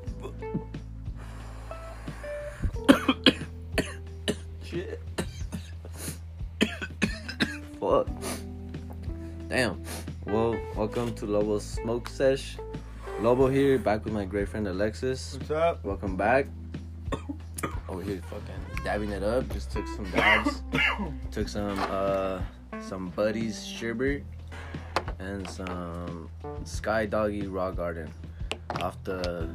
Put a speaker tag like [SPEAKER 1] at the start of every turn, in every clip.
[SPEAKER 1] welcome to Lobo's Smoke Sesh. Lobo here, back with my great friend Alexis.
[SPEAKER 2] What's up?
[SPEAKER 1] Welcome back. Over here, fucking dabbing it up. Just took some dabs. took some uh, some buddies sherbet and some Sky Doggy Raw Garden off the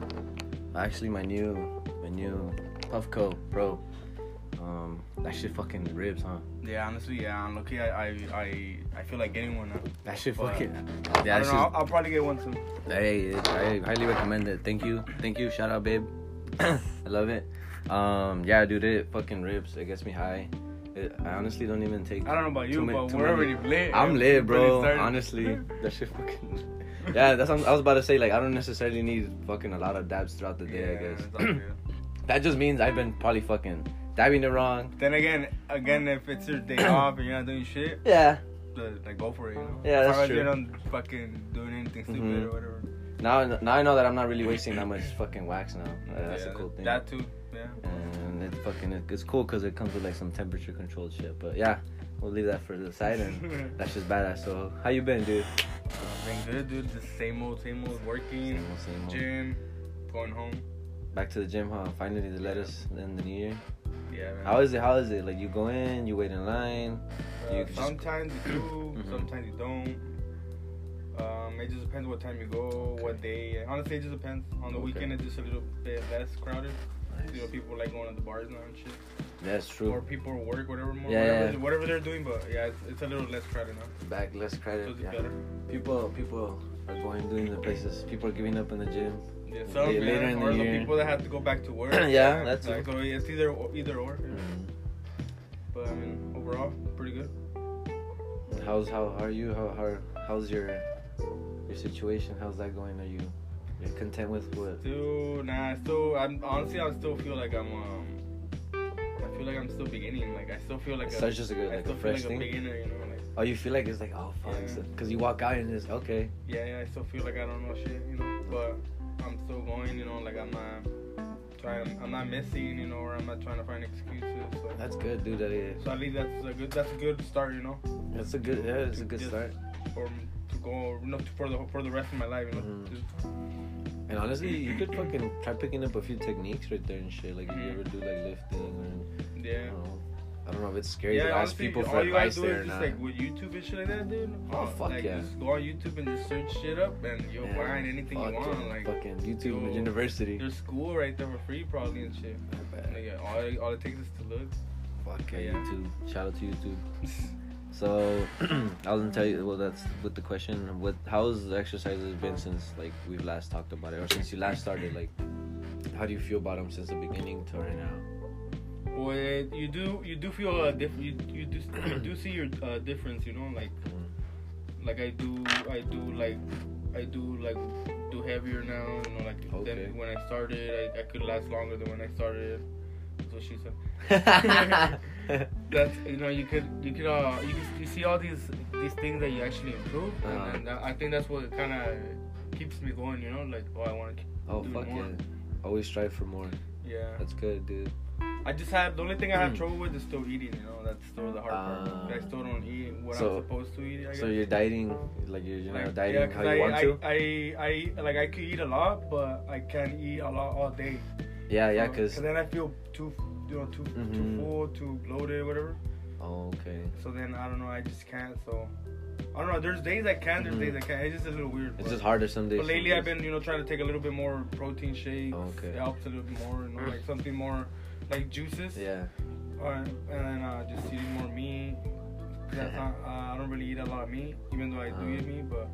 [SPEAKER 1] actually my new my new Puffco Pro. Um, that shit fucking ribs, huh?
[SPEAKER 2] Yeah, honestly, yeah. I'm lucky. I, I, I, I feel like getting one. Now.
[SPEAKER 1] That shit
[SPEAKER 2] Wow.
[SPEAKER 1] fucking.
[SPEAKER 2] I
[SPEAKER 1] Yeah, that
[SPEAKER 2] don't
[SPEAKER 1] shit.
[SPEAKER 2] know. I'll, I'll probably get one soon.
[SPEAKER 1] Hey, it- I highly recommend it. Thank you, thank you. Shout out, babe. I love it. Um, yeah, dude, it fucking rips. It gets me high. It, I honestly don't even take.
[SPEAKER 2] I don't know about you,
[SPEAKER 1] too many-
[SPEAKER 2] but
[SPEAKER 1] too
[SPEAKER 2] we're
[SPEAKER 1] many-
[SPEAKER 2] already lit.
[SPEAKER 1] I'm
[SPEAKER 2] We're
[SPEAKER 1] lit, bro.
[SPEAKER 2] already started.
[SPEAKER 1] Honestly, that shit fucking. Yeah, that's. What I was about to say. Like, I don't necessarily need fucking a lot of dabs throughout the day.
[SPEAKER 2] Yeah,
[SPEAKER 1] I guess
[SPEAKER 2] it's all good.
[SPEAKER 1] that just means I've been probably fucking dabbing it wrong.
[SPEAKER 2] then again, again, if it's your day off and you're not doing shit,
[SPEAKER 1] Yeah.
[SPEAKER 2] then, like go for it. You know?
[SPEAKER 1] Yeah,
[SPEAKER 2] As
[SPEAKER 1] that's
[SPEAKER 2] long as You're
[SPEAKER 1] true.
[SPEAKER 2] not fucking doing anything stupid
[SPEAKER 1] Mhm.
[SPEAKER 2] or whatever.
[SPEAKER 1] Now, now I know that I'm not really wasting that much fucking wax now. Uh, that's
[SPEAKER 2] yeah,
[SPEAKER 1] a cool thing.
[SPEAKER 2] That too. Yeah.
[SPEAKER 1] and it fucking it's cool because it comes with like some temperature controlled shit. But yeah, we'll leave that for the side, and that's just badass. So how you been, dude?
[SPEAKER 2] Been good, dude. Just same old, same old.
[SPEAKER 1] Same
[SPEAKER 2] Working,
[SPEAKER 1] old, same old.
[SPEAKER 2] gym, going home.
[SPEAKER 1] Back to the gym, huh? Finally, they let us in the new year.
[SPEAKER 2] Yeah, man.
[SPEAKER 1] How is it? How is it? Like you go in, you wait in line.
[SPEAKER 2] Uh,
[SPEAKER 1] You just-
[SPEAKER 2] sometimes you do,
[SPEAKER 1] Mhm.
[SPEAKER 2] sometimes you don't. Um, it just depends what time you go, what day. Honestly, it just depends. On the
[SPEAKER 1] Okay.
[SPEAKER 2] weekend, it's just a little bit less crowded. You know,
[SPEAKER 1] Nice.
[SPEAKER 2] people like going to the bars now and shit,
[SPEAKER 1] That's true.
[SPEAKER 2] or people work, whatever, more,
[SPEAKER 1] Yeah,
[SPEAKER 2] whatever,
[SPEAKER 1] yeah.
[SPEAKER 2] whatever they're doing. But yeah, it's, it's a little less crowded now,
[SPEAKER 1] Back less
[SPEAKER 2] so
[SPEAKER 1] credit.
[SPEAKER 2] it's
[SPEAKER 1] Yeah.
[SPEAKER 2] better.
[SPEAKER 1] People, people are going doing the places. People are giving up in the gym.
[SPEAKER 2] Yeah, some
[SPEAKER 1] Yeah, later
[SPEAKER 2] yeah,
[SPEAKER 1] in the
[SPEAKER 2] or the,
[SPEAKER 1] year.
[SPEAKER 2] people that have to go back to work.
[SPEAKER 1] Yeah, that's
[SPEAKER 2] like,
[SPEAKER 1] it.
[SPEAKER 2] so it's either or, either or. yeah.
[SPEAKER 1] Mhm.
[SPEAKER 2] But I mean, overall, pretty good.
[SPEAKER 1] How's how, how are you? How, how how's your your situation? How's that going? Are you you're content with what?
[SPEAKER 2] Still, nah, I still, I'm honestly, I still feel like I'm, um, I feel like I'm still beginning. Like, I still feel like
[SPEAKER 1] So it's just a good,
[SPEAKER 2] I
[SPEAKER 1] like
[SPEAKER 2] still
[SPEAKER 1] a
[SPEAKER 2] feel
[SPEAKER 1] fresh
[SPEAKER 2] like
[SPEAKER 1] thing.
[SPEAKER 2] a beginner, you know? Like,
[SPEAKER 1] Oh, you feel like it's like, oh fuck,
[SPEAKER 2] Yeah.
[SPEAKER 1] because you walk out and it's okay.
[SPEAKER 2] yeah, yeah, I still feel like I don't know shit, you know? But I'm still going, you know? Like, I'm not trying, I'm not missing, you know, or I'm not trying to find excuses. So,
[SPEAKER 1] That's good, dude. That is.
[SPEAKER 2] so at least that's a good, that's a good start, you know?
[SPEAKER 1] That's a good. Yeah, it's a good
[SPEAKER 2] Just-
[SPEAKER 1] start.
[SPEAKER 2] For to go, you know, for the for the rest of my life, you know?
[SPEAKER 1] Mhm.
[SPEAKER 2] Just-
[SPEAKER 1] And honestly, you could fucking try picking up a few techniques right there and shit. Like if you ever do like lifting, or, I
[SPEAKER 2] yeah.
[SPEAKER 1] don't know. I don't know if it's scary
[SPEAKER 2] Yeah,
[SPEAKER 1] to ask
[SPEAKER 2] honestly,
[SPEAKER 1] people
[SPEAKER 2] all
[SPEAKER 1] for
[SPEAKER 2] you gotta
[SPEAKER 1] advice
[SPEAKER 2] do
[SPEAKER 1] there or
[SPEAKER 2] is just
[SPEAKER 1] not.
[SPEAKER 2] like with YouTube and shit like that, dude.
[SPEAKER 1] Oh,
[SPEAKER 2] uh,
[SPEAKER 1] fuck
[SPEAKER 2] like,
[SPEAKER 1] yeah.
[SPEAKER 2] Just go on YouTube and just search shit up, and you'll
[SPEAKER 1] Yeah,
[SPEAKER 2] find anything you
[SPEAKER 1] fuck
[SPEAKER 2] want.
[SPEAKER 1] yeah,
[SPEAKER 2] Like
[SPEAKER 1] fucking YouTube
[SPEAKER 2] yo,
[SPEAKER 1] University.
[SPEAKER 2] there's school right there for free, probably and shit.
[SPEAKER 1] Not bad.
[SPEAKER 2] Like, yeah, all, all it takes is to look.
[SPEAKER 1] Fuck yeah,
[SPEAKER 2] yeah.
[SPEAKER 1] YouTube. Shout out to YouTube. So I was gonna tell you. Well, that's with the question. What? How's the exercises been since like we've last talked about it, or since you last started? Like, how do you feel about them since the beginning to right now?
[SPEAKER 2] Well, it- you do you do feel a diff- you, you do you do see your uh, difference, you know. Like like I do I do like I do like do heavier now. You know, like
[SPEAKER 1] Okay.
[SPEAKER 2] than when I started, I, I could last longer than when I started. That's what she said. That's you know you could you could uh you, could- you see all these these things that you actually improve
[SPEAKER 1] Uh-huh.
[SPEAKER 2] and, and that, I think that's what kind of keeps me going you know like oh I want to keep
[SPEAKER 1] oh
[SPEAKER 2] Do
[SPEAKER 1] fuck
[SPEAKER 2] more.
[SPEAKER 1] yeah! Always strive for more.
[SPEAKER 2] yeah
[SPEAKER 1] That's good, dude.
[SPEAKER 2] I just have the only thing I
[SPEAKER 1] Hmm.
[SPEAKER 2] have trouble with is still eating you know that's still the hard part
[SPEAKER 1] Ah.
[SPEAKER 2] I still don't eat what
[SPEAKER 1] So-
[SPEAKER 2] I'm supposed to eat I guess
[SPEAKER 1] So you're dieting, like you're, you're not
[SPEAKER 2] Like,
[SPEAKER 1] dieting
[SPEAKER 2] yeah,
[SPEAKER 1] how
[SPEAKER 2] 'cause
[SPEAKER 1] you
[SPEAKER 2] I,
[SPEAKER 1] want
[SPEAKER 2] I,
[SPEAKER 1] to.
[SPEAKER 2] I, I, like I could eat a lot but I can't eat a lot all day
[SPEAKER 1] yeah, Uh, yeah,
[SPEAKER 2] So-
[SPEAKER 1] cause.
[SPEAKER 2] then I feel too you know too too
[SPEAKER 1] Mhm.
[SPEAKER 2] full too bloated whatever
[SPEAKER 1] Oh, okay.
[SPEAKER 2] So then I don't know. I just can't. So I don't know. There's days I can. There's
[SPEAKER 1] Mhm.
[SPEAKER 2] days I can't. It's just a little weird.
[SPEAKER 1] It's
[SPEAKER 2] but-
[SPEAKER 1] just harder some days.
[SPEAKER 2] But lately
[SPEAKER 1] some
[SPEAKER 2] I've
[SPEAKER 1] days.
[SPEAKER 2] been you know trying to take a little bit more protein shakes.
[SPEAKER 1] Okay.
[SPEAKER 2] It helps a little bit more. You know, like something more like juices.
[SPEAKER 1] Yeah.
[SPEAKER 2] Or, and then uh, just eating more meat. 'Cause That's not, uh, I don't really eat a lot of meat, even though I do
[SPEAKER 1] Uh-huh.
[SPEAKER 2] eat meat, but.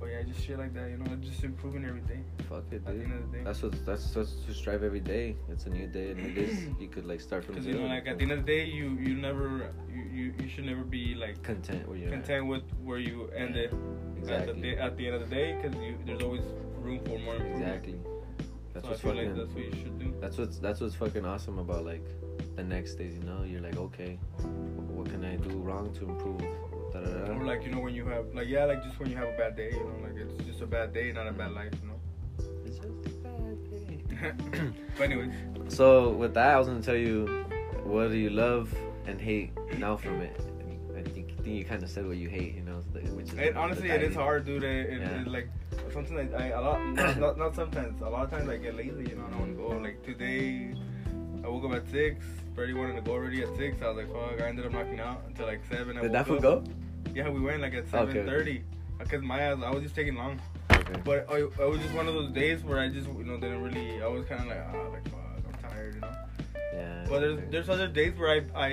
[SPEAKER 2] But yeah, just shit like that, you know, just improving every day.
[SPEAKER 1] Fuck it,
[SPEAKER 2] At the
[SPEAKER 1] dude.
[SPEAKER 2] end of the day,
[SPEAKER 1] That's what that's that's to strive every day. It's a new day, and it is you could like start from
[SPEAKER 2] because
[SPEAKER 1] zero.
[SPEAKER 2] you know, like at the end of the day, you you never you you, you should never be like
[SPEAKER 1] content where you're at.
[SPEAKER 2] content with where you ended. at, the
[SPEAKER 1] Exactly.
[SPEAKER 2] day, at the end of the day because there's always room for more improvement.
[SPEAKER 1] Exactly. That's
[SPEAKER 2] so I
[SPEAKER 1] what's
[SPEAKER 2] feel
[SPEAKER 1] fucking.
[SPEAKER 2] like that's what you should do.
[SPEAKER 1] that's what's that's what's fucking awesome about like the next days. You know, you're like, okay, what can I do wrong to improve? Da, da, da.
[SPEAKER 2] Or like you know when you have like yeah like just when you have a bad day you know like it's just a bad day not a bad
[SPEAKER 1] Mm-hmm.
[SPEAKER 2] life you know.
[SPEAKER 1] It's just a bad day.
[SPEAKER 2] but anyways,
[SPEAKER 1] So with that, I was gonna tell you, what do you love and hate now from it? And I think, think you kind of said what you hate. You know, th- which is
[SPEAKER 2] And
[SPEAKER 1] the
[SPEAKER 2] honestly, it is
[SPEAKER 1] timing.
[SPEAKER 2] hard, dude. And, and,
[SPEAKER 1] Yeah.
[SPEAKER 2] and, like sometimes I, I a lot not, not, not sometimes a lot of times I get lazy. You know, I don't want to go. Like today, I woke up at six. Brady wanted to go already at six. I was like, fuck. I ended up knocking out until like seven. I
[SPEAKER 1] Did that
[SPEAKER 2] woke
[SPEAKER 1] food
[SPEAKER 2] up.
[SPEAKER 1] go?
[SPEAKER 2] Yeah, we went like at
[SPEAKER 1] Okay.
[SPEAKER 2] seven thirty. Cause my ass, I was just taking long.
[SPEAKER 1] Okay.
[SPEAKER 2] But I, I was just one of those days where I just you know didn't really. I was kind of like ah like fuck, I'm tired. You know.
[SPEAKER 1] Yeah.
[SPEAKER 2] But there's there's other days where I I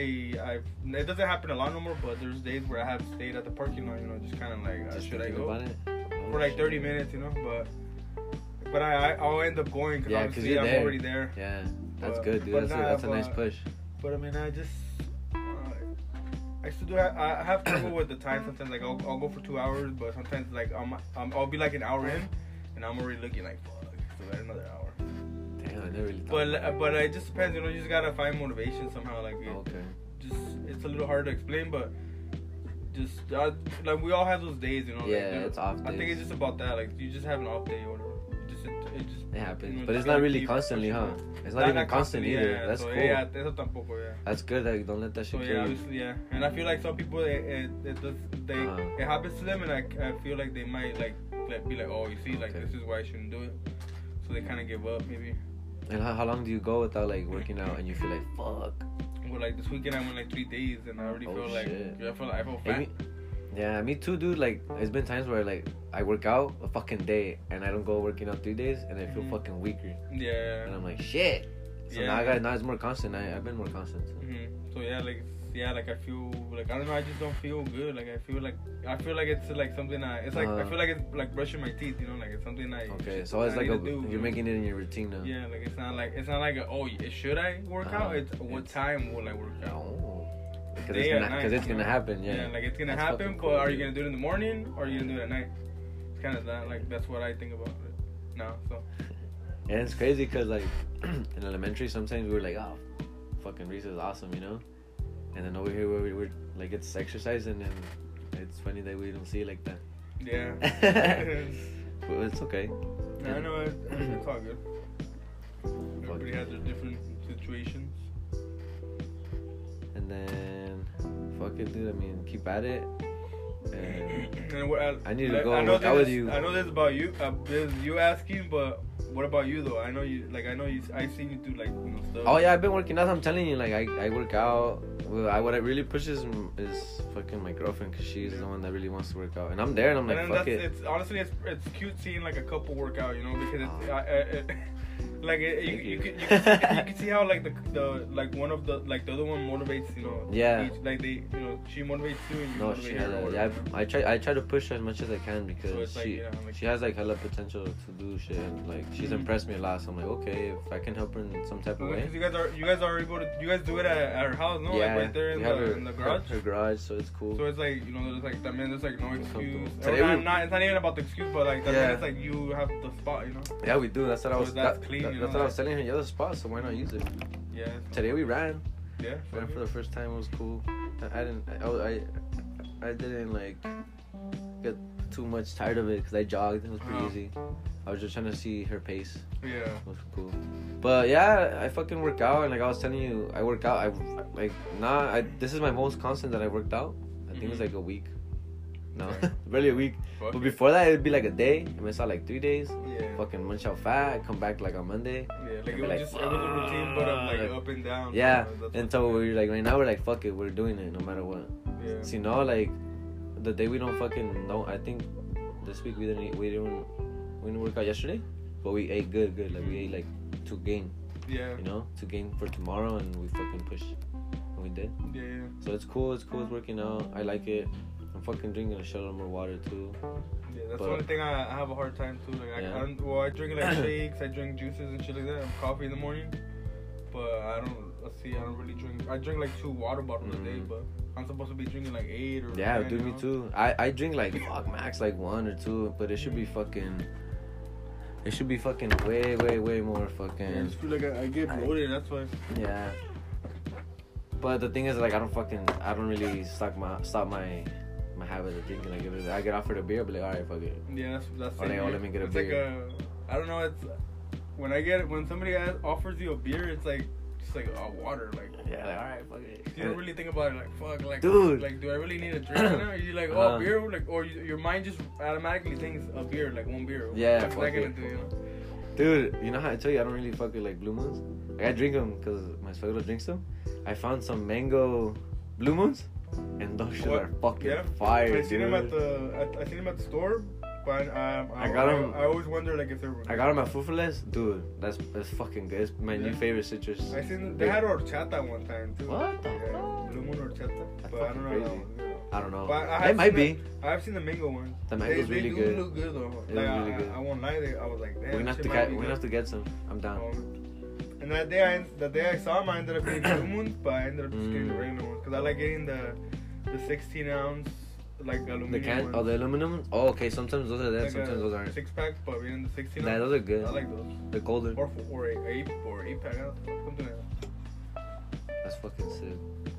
[SPEAKER 2] I it doesn't happen a lot no more. But there's days where I have stayed at the parking lot, you know, just kind of like uh,
[SPEAKER 1] Just
[SPEAKER 2] should I
[SPEAKER 1] thinking
[SPEAKER 2] go
[SPEAKER 1] about it? Oh,
[SPEAKER 2] for like
[SPEAKER 1] shit.
[SPEAKER 2] 30 minutes, you know? But but I I- I'll end up going because
[SPEAKER 1] Yeah, 'cause
[SPEAKER 2] obviously
[SPEAKER 1] you're
[SPEAKER 2] I'm
[SPEAKER 1] there.
[SPEAKER 2] already there.
[SPEAKER 1] Yeah, that's
[SPEAKER 2] But-
[SPEAKER 1] good, dude.
[SPEAKER 2] but
[SPEAKER 1] That's, a,
[SPEAKER 2] nah,
[SPEAKER 1] that's a nice
[SPEAKER 2] but-
[SPEAKER 1] push.
[SPEAKER 2] But I mean I just uh, I still do ha- I I have trouble with the time sometimes. Like I'll, I'll go for two hours, but sometimes like I'm, I'm I'll be like an hour in, and I'm already looking like fuck, still got another hour.
[SPEAKER 1] Damn, I never really thought.
[SPEAKER 2] But
[SPEAKER 1] about
[SPEAKER 2] uh,
[SPEAKER 1] it.
[SPEAKER 2] but it just depends, you know. You just gotta find motivation somehow. Like it-
[SPEAKER 1] Oh, okay.
[SPEAKER 2] just it's a little hard to explain, but just uh, like we all have those days, you know. like,
[SPEAKER 1] Yeah,
[SPEAKER 2] dude,
[SPEAKER 1] it's off
[SPEAKER 2] I think
[SPEAKER 1] days.
[SPEAKER 2] it's just about that. Like you just have an off day or whatever. You Just it, it just
[SPEAKER 1] It
[SPEAKER 2] you know,
[SPEAKER 1] happens, but
[SPEAKER 2] just
[SPEAKER 1] it's not
[SPEAKER 2] gotta
[SPEAKER 1] really
[SPEAKER 2] keep
[SPEAKER 1] constantly, huh?
[SPEAKER 2] pushing.
[SPEAKER 1] It's not even constant
[SPEAKER 2] constantly,
[SPEAKER 1] either.
[SPEAKER 2] Yeah,
[SPEAKER 1] That's
[SPEAKER 2] so,
[SPEAKER 1] cool.
[SPEAKER 2] Yeah, eso tampoco, yeah.
[SPEAKER 1] That's good that you don't let that shit
[SPEAKER 2] So yeah,
[SPEAKER 1] kill you.
[SPEAKER 2] obviously, yeah. And I feel like some people, it, it, it does, they
[SPEAKER 1] Uh-huh.
[SPEAKER 2] it happens to them, and I, I feel like they might like, like be like, oh, you see, like
[SPEAKER 1] Okay.
[SPEAKER 2] this is why I shouldn't do it. So they kind of give up, maybe.
[SPEAKER 1] And how, how long do you go without like working out and you feel like fuck?
[SPEAKER 2] But like this weekend, I went like three days, and I already
[SPEAKER 1] Oh,
[SPEAKER 2] feel like
[SPEAKER 1] shit.
[SPEAKER 2] I feel I felt
[SPEAKER 1] Hey,
[SPEAKER 2] fat.
[SPEAKER 1] me- yeah, me too, dude. Like it's been times where like I work out a fucking day and I don't go working out three days and I feel
[SPEAKER 2] Mhm.
[SPEAKER 1] fucking weaker
[SPEAKER 2] yeah.
[SPEAKER 1] and I'm like shit. So now I
[SPEAKER 2] Yeah.
[SPEAKER 1] got now it's more constant. I I've been more constant. so.
[SPEAKER 2] Mm-hmm. So yeah, like it's- yeah, like I feel like I don't know, I just don't feel good. Like I feel like I feel like it's like something I it's like I
[SPEAKER 1] Uh-huh.
[SPEAKER 2] feel like it's like brushing my teeth, you know, like it's something I
[SPEAKER 1] Okay,
[SPEAKER 2] should-
[SPEAKER 1] so it's like
[SPEAKER 2] I need
[SPEAKER 1] a,
[SPEAKER 2] to do, you
[SPEAKER 1] you're
[SPEAKER 2] know?
[SPEAKER 1] making it in your routine now.
[SPEAKER 2] yeah, like it's not like it's not like a, oh y- should I work
[SPEAKER 1] Uh-huh.
[SPEAKER 2] out? It's what
[SPEAKER 1] It's-
[SPEAKER 2] time will I work
[SPEAKER 1] No.
[SPEAKER 2] out?
[SPEAKER 1] Oh, Because
[SPEAKER 2] Day
[SPEAKER 1] it's
[SPEAKER 2] or
[SPEAKER 1] gonna,
[SPEAKER 2] night,
[SPEAKER 1] cause it's
[SPEAKER 2] you
[SPEAKER 1] gonna
[SPEAKER 2] know?
[SPEAKER 1] happen, yeah.
[SPEAKER 2] like it's gonna
[SPEAKER 1] That's
[SPEAKER 2] happen,
[SPEAKER 1] fucking cool,
[SPEAKER 2] but are you
[SPEAKER 1] dude.
[SPEAKER 2] gonna do it in the morning or are you gonna do it at night? It's kind of that like that's what I think about it now. So
[SPEAKER 1] And it's crazy because like in elementary, sometimes we were like, oh, fucking recess is awesome, you know. And then over here, where we were like, it's exercise, and then it's funny that we don't see it like that.
[SPEAKER 2] yeah,
[SPEAKER 1] But it's okay.
[SPEAKER 2] I know it,
[SPEAKER 1] Mm-hmm.
[SPEAKER 2] it's all good. Everybody has their different situations.
[SPEAKER 1] And then, fuck it, dude. I mean, keep at it. And
[SPEAKER 2] And what I,
[SPEAKER 1] I need to go
[SPEAKER 2] I know
[SPEAKER 1] work out
[SPEAKER 2] this-
[SPEAKER 1] with you.
[SPEAKER 2] I know this about you. Uh, this is you asking, but what about you though? I know you like. I know you. I seen you do like you know, stuff.
[SPEAKER 1] oh yeah, I've been working out. I'm telling you, like I, I work out. Well, I what I really pushes m- is fucking my girlfriend, cause she's the one that really wants to work out, and I'm there, and I'm
[SPEAKER 2] And
[SPEAKER 1] like,
[SPEAKER 2] then
[SPEAKER 1] fuck
[SPEAKER 2] that's,
[SPEAKER 1] it.
[SPEAKER 2] it's honestly it's it's cute seeing like a couple work out, you know, because it's I, I, it, like it, you,
[SPEAKER 1] Ah. Thank
[SPEAKER 2] you,
[SPEAKER 1] you.
[SPEAKER 2] can, you, can see, you can see how like the the like one of the like the other one motivates, you know.
[SPEAKER 1] Yeah.
[SPEAKER 2] each- like they, you know, she motivates you and you
[SPEAKER 1] No,
[SPEAKER 2] motivate
[SPEAKER 1] she
[SPEAKER 2] her.
[SPEAKER 1] has.
[SPEAKER 2] or
[SPEAKER 1] Yeah,
[SPEAKER 2] whatever.
[SPEAKER 1] I, I try. I try to push her as much as I can
[SPEAKER 2] So
[SPEAKER 1] because
[SPEAKER 2] it's like,
[SPEAKER 1] she
[SPEAKER 2] you know, like-
[SPEAKER 1] she has like hella potential to do shit. And, like she's
[SPEAKER 2] Mhm.
[SPEAKER 1] impressed me a lot. So I'm like, okay, if I can help her in some type of way.
[SPEAKER 2] Because you guys are you guys are able to you guys do it at, at her house, no?
[SPEAKER 1] yeah,
[SPEAKER 2] like right there in
[SPEAKER 1] we
[SPEAKER 2] the,
[SPEAKER 1] have her,
[SPEAKER 2] in the
[SPEAKER 1] her-
[SPEAKER 2] garage.
[SPEAKER 1] Her, garage, so it's cool.
[SPEAKER 2] So it's like you know, there's like that man. There's like no excuse.
[SPEAKER 1] comfortable.
[SPEAKER 2] Or
[SPEAKER 1] Today
[SPEAKER 2] not,
[SPEAKER 1] we-
[SPEAKER 2] not- it's not even about the excuse, but like that man,
[SPEAKER 1] Yeah.
[SPEAKER 2] it's like you have the spot, you know.
[SPEAKER 1] yeah, we do. That's what I
[SPEAKER 2] So
[SPEAKER 1] was.
[SPEAKER 2] that's
[SPEAKER 1] that-
[SPEAKER 2] clean,
[SPEAKER 1] that-
[SPEAKER 2] you
[SPEAKER 1] that's
[SPEAKER 2] know,
[SPEAKER 1] what I was
[SPEAKER 2] like-
[SPEAKER 1] telling her. Yeah, there's a spot, so why not use it?
[SPEAKER 2] Yeah.
[SPEAKER 1] Today we ran.
[SPEAKER 2] Yeah.
[SPEAKER 1] Ran for the first time. It was cool. I, I didn't. I, I I didn't like get too much tired of it because I jogged. It was pretty
[SPEAKER 2] Uh-huh.
[SPEAKER 1] easy. I was just trying to see her pace.
[SPEAKER 2] Yeah.
[SPEAKER 1] was cool. But yeah, I fucking work out, and like I was telling you, I work out. I like nah. I, this is my most constant that I worked out. I think it's
[SPEAKER 2] Mhm.
[SPEAKER 1] like a week. No,
[SPEAKER 2] Okay.
[SPEAKER 1] barely a week.
[SPEAKER 2] Fuck.
[SPEAKER 1] But before that, it'd be like a day. I miss out like three days.
[SPEAKER 2] Yeah.
[SPEAKER 1] Fucking munch out fat. Come back like on Monday.
[SPEAKER 2] Yeah. Like
[SPEAKER 1] I'd
[SPEAKER 2] it
[SPEAKER 1] be
[SPEAKER 2] was
[SPEAKER 1] like,
[SPEAKER 2] just it was a routine, but of like
[SPEAKER 1] "Fuck."
[SPEAKER 2] up and down.
[SPEAKER 1] Yeah.
[SPEAKER 2] you know, that's
[SPEAKER 1] And
[SPEAKER 2] what-
[SPEAKER 1] so we're like right now we're like fuck it, we're doing it no matter what.
[SPEAKER 2] Yeah.
[SPEAKER 1] See now like the day we don't fucking no. I think this week we didn't eat, we didn't we didn't work out yesterday, but we ate good good like we ate like two game.
[SPEAKER 2] Yeah.
[SPEAKER 1] you know, to gain for tomorrow, and we fucking push, and we did.
[SPEAKER 2] Yeah. yeah.
[SPEAKER 1] So it's cool. It's cool. It's working out. I like it. I'm fucking drinking a shitload more water too.
[SPEAKER 2] Yeah, that's
[SPEAKER 1] But-
[SPEAKER 2] the only thing I, I have a hard time too. Like, I,
[SPEAKER 1] Yeah.
[SPEAKER 2] I don't, well, I drink like shakes, I drink juices and shit like that, and coffee in the morning. But I don't, let's see, I don't really drink. I drink like two water bottles a day,
[SPEAKER 1] Mhm.
[SPEAKER 2] but I'm supposed to be drinking like eight or.
[SPEAKER 1] Yeah,
[SPEAKER 2] 10,
[SPEAKER 1] do
[SPEAKER 2] you
[SPEAKER 1] me
[SPEAKER 2] know?
[SPEAKER 1] too. I I drink like fuck max like one or two, but it should be fucking. It should be fucking way way way more
[SPEAKER 2] Yeah, I
[SPEAKER 1] fucking
[SPEAKER 2] just feel like I, I get bloated. That's why.
[SPEAKER 1] yeah. But the thing is, like, I don't fucking, I don't really stop my stop my my habit of drinking. Like, if I get offered a beer, I'll be like, all right, fuck it.
[SPEAKER 2] Yeah, that's that's.
[SPEAKER 1] Or
[SPEAKER 2] it,
[SPEAKER 1] like, oh,
[SPEAKER 2] yeah.
[SPEAKER 1] let me get a
[SPEAKER 2] it's
[SPEAKER 1] beer.
[SPEAKER 2] like a, I don't know. It's when I get when somebody a- offers you a beer, it's like just like all water. Like,
[SPEAKER 1] Yeah, like, all right, fuck it.
[SPEAKER 2] you don't really think about it. Like, fuck, like,
[SPEAKER 1] Dude.
[SPEAKER 2] like, do I really need a drink right now? You like, oh,
[SPEAKER 3] Uh-huh.
[SPEAKER 2] beer, like, or you, your mind just automatically thinks a beer, like one beer.
[SPEAKER 3] Yeah,
[SPEAKER 2] what's
[SPEAKER 3] fuck
[SPEAKER 2] that gonna
[SPEAKER 3] it.
[SPEAKER 2] do? You know?
[SPEAKER 1] Dude, you know how I tell you I don't really fuck with like blue moons? Like, I drink them because my suegro drinks them. I found some mango blue moons, and those shit
[SPEAKER 2] What?
[SPEAKER 1] are fucking
[SPEAKER 2] Yeah.
[SPEAKER 1] fire,
[SPEAKER 2] I
[SPEAKER 1] dude.
[SPEAKER 2] seen him at the, I, I seen him at the store, but um, I,
[SPEAKER 1] I got
[SPEAKER 2] I,
[SPEAKER 1] 'em.
[SPEAKER 2] I always wonder like if they were.
[SPEAKER 1] I got them at Fufules. Dude, that's that's fucking good. It's my new
[SPEAKER 2] Yeah.
[SPEAKER 1] favorite citrus.
[SPEAKER 2] I seen they had horchata one time too.
[SPEAKER 1] What the
[SPEAKER 2] yeah,
[SPEAKER 1] fuck?
[SPEAKER 2] Blue moon horchata,
[SPEAKER 1] That's
[SPEAKER 2] but I
[SPEAKER 1] fucking
[SPEAKER 2] don't know.
[SPEAKER 1] crazy.
[SPEAKER 2] That one, you know.
[SPEAKER 1] I don't know.
[SPEAKER 2] But I
[SPEAKER 1] They
[SPEAKER 2] have
[SPEAKER 1] might be.
[SPEAKER 2] seen I've seen the mango one.
[SPEAKER 1] The mango's
[SPEAKER 2] they,
[SPEAKER 1] really
[SPEAKER 2] they
[SPEAKER 1] good.
[SPEAKER 2] Do look good though.
[SPEAKER 1] It
[SPEAKER 2] Like,
[SPEAKER 1] was really
[SPEAKER 2] I,
[SPEAKER 1] good.
[SPEAKER 2] I, I won't lie, they, I was like, damn.
[SPEAKER 1] We're gonna have to
[SPEAKER 2] shit might
[SPEAKER 1] get.
[SPEAKER 2] be
[SPEAKER 1] We're gonna have to get
[SPEAKER 2] good."
[SPEAKER 1] some. I'm down.
[SPEAKER 2] Um, and that day, I, that day I saw them, I ended up getting blue moons, but I ended up just getting the
[SPEAKER 1] Mm.
[SPEAKER 2] regular ones because I like getting the the 16 ounce like aluminum
[SPEAKER 1] The can.
[SPEAKER 2] ones.
[SPEAKER 1] Oh, the aluminum. ones? Oh, okay. Sometimes those are that.
[SPEAKER 2] Like
[SPEAKER 1] sometimes
[SPEAKER 2] a
[SPEAKER 1] those aren't.
[SPEAKER 2] Six pack, but we in the 16
[SPEAKER 1] Nah,
[SPEAKER 2] ounce.
[SPEAKER 1] those are good.
[SPEAKER 2] I like those.
[SPEAKER 1] The golden.
[SPEAKER 2] Or four, or eight, eight or eight pack, uh, something like that.
[SPEAKER 1] That's fucking sick.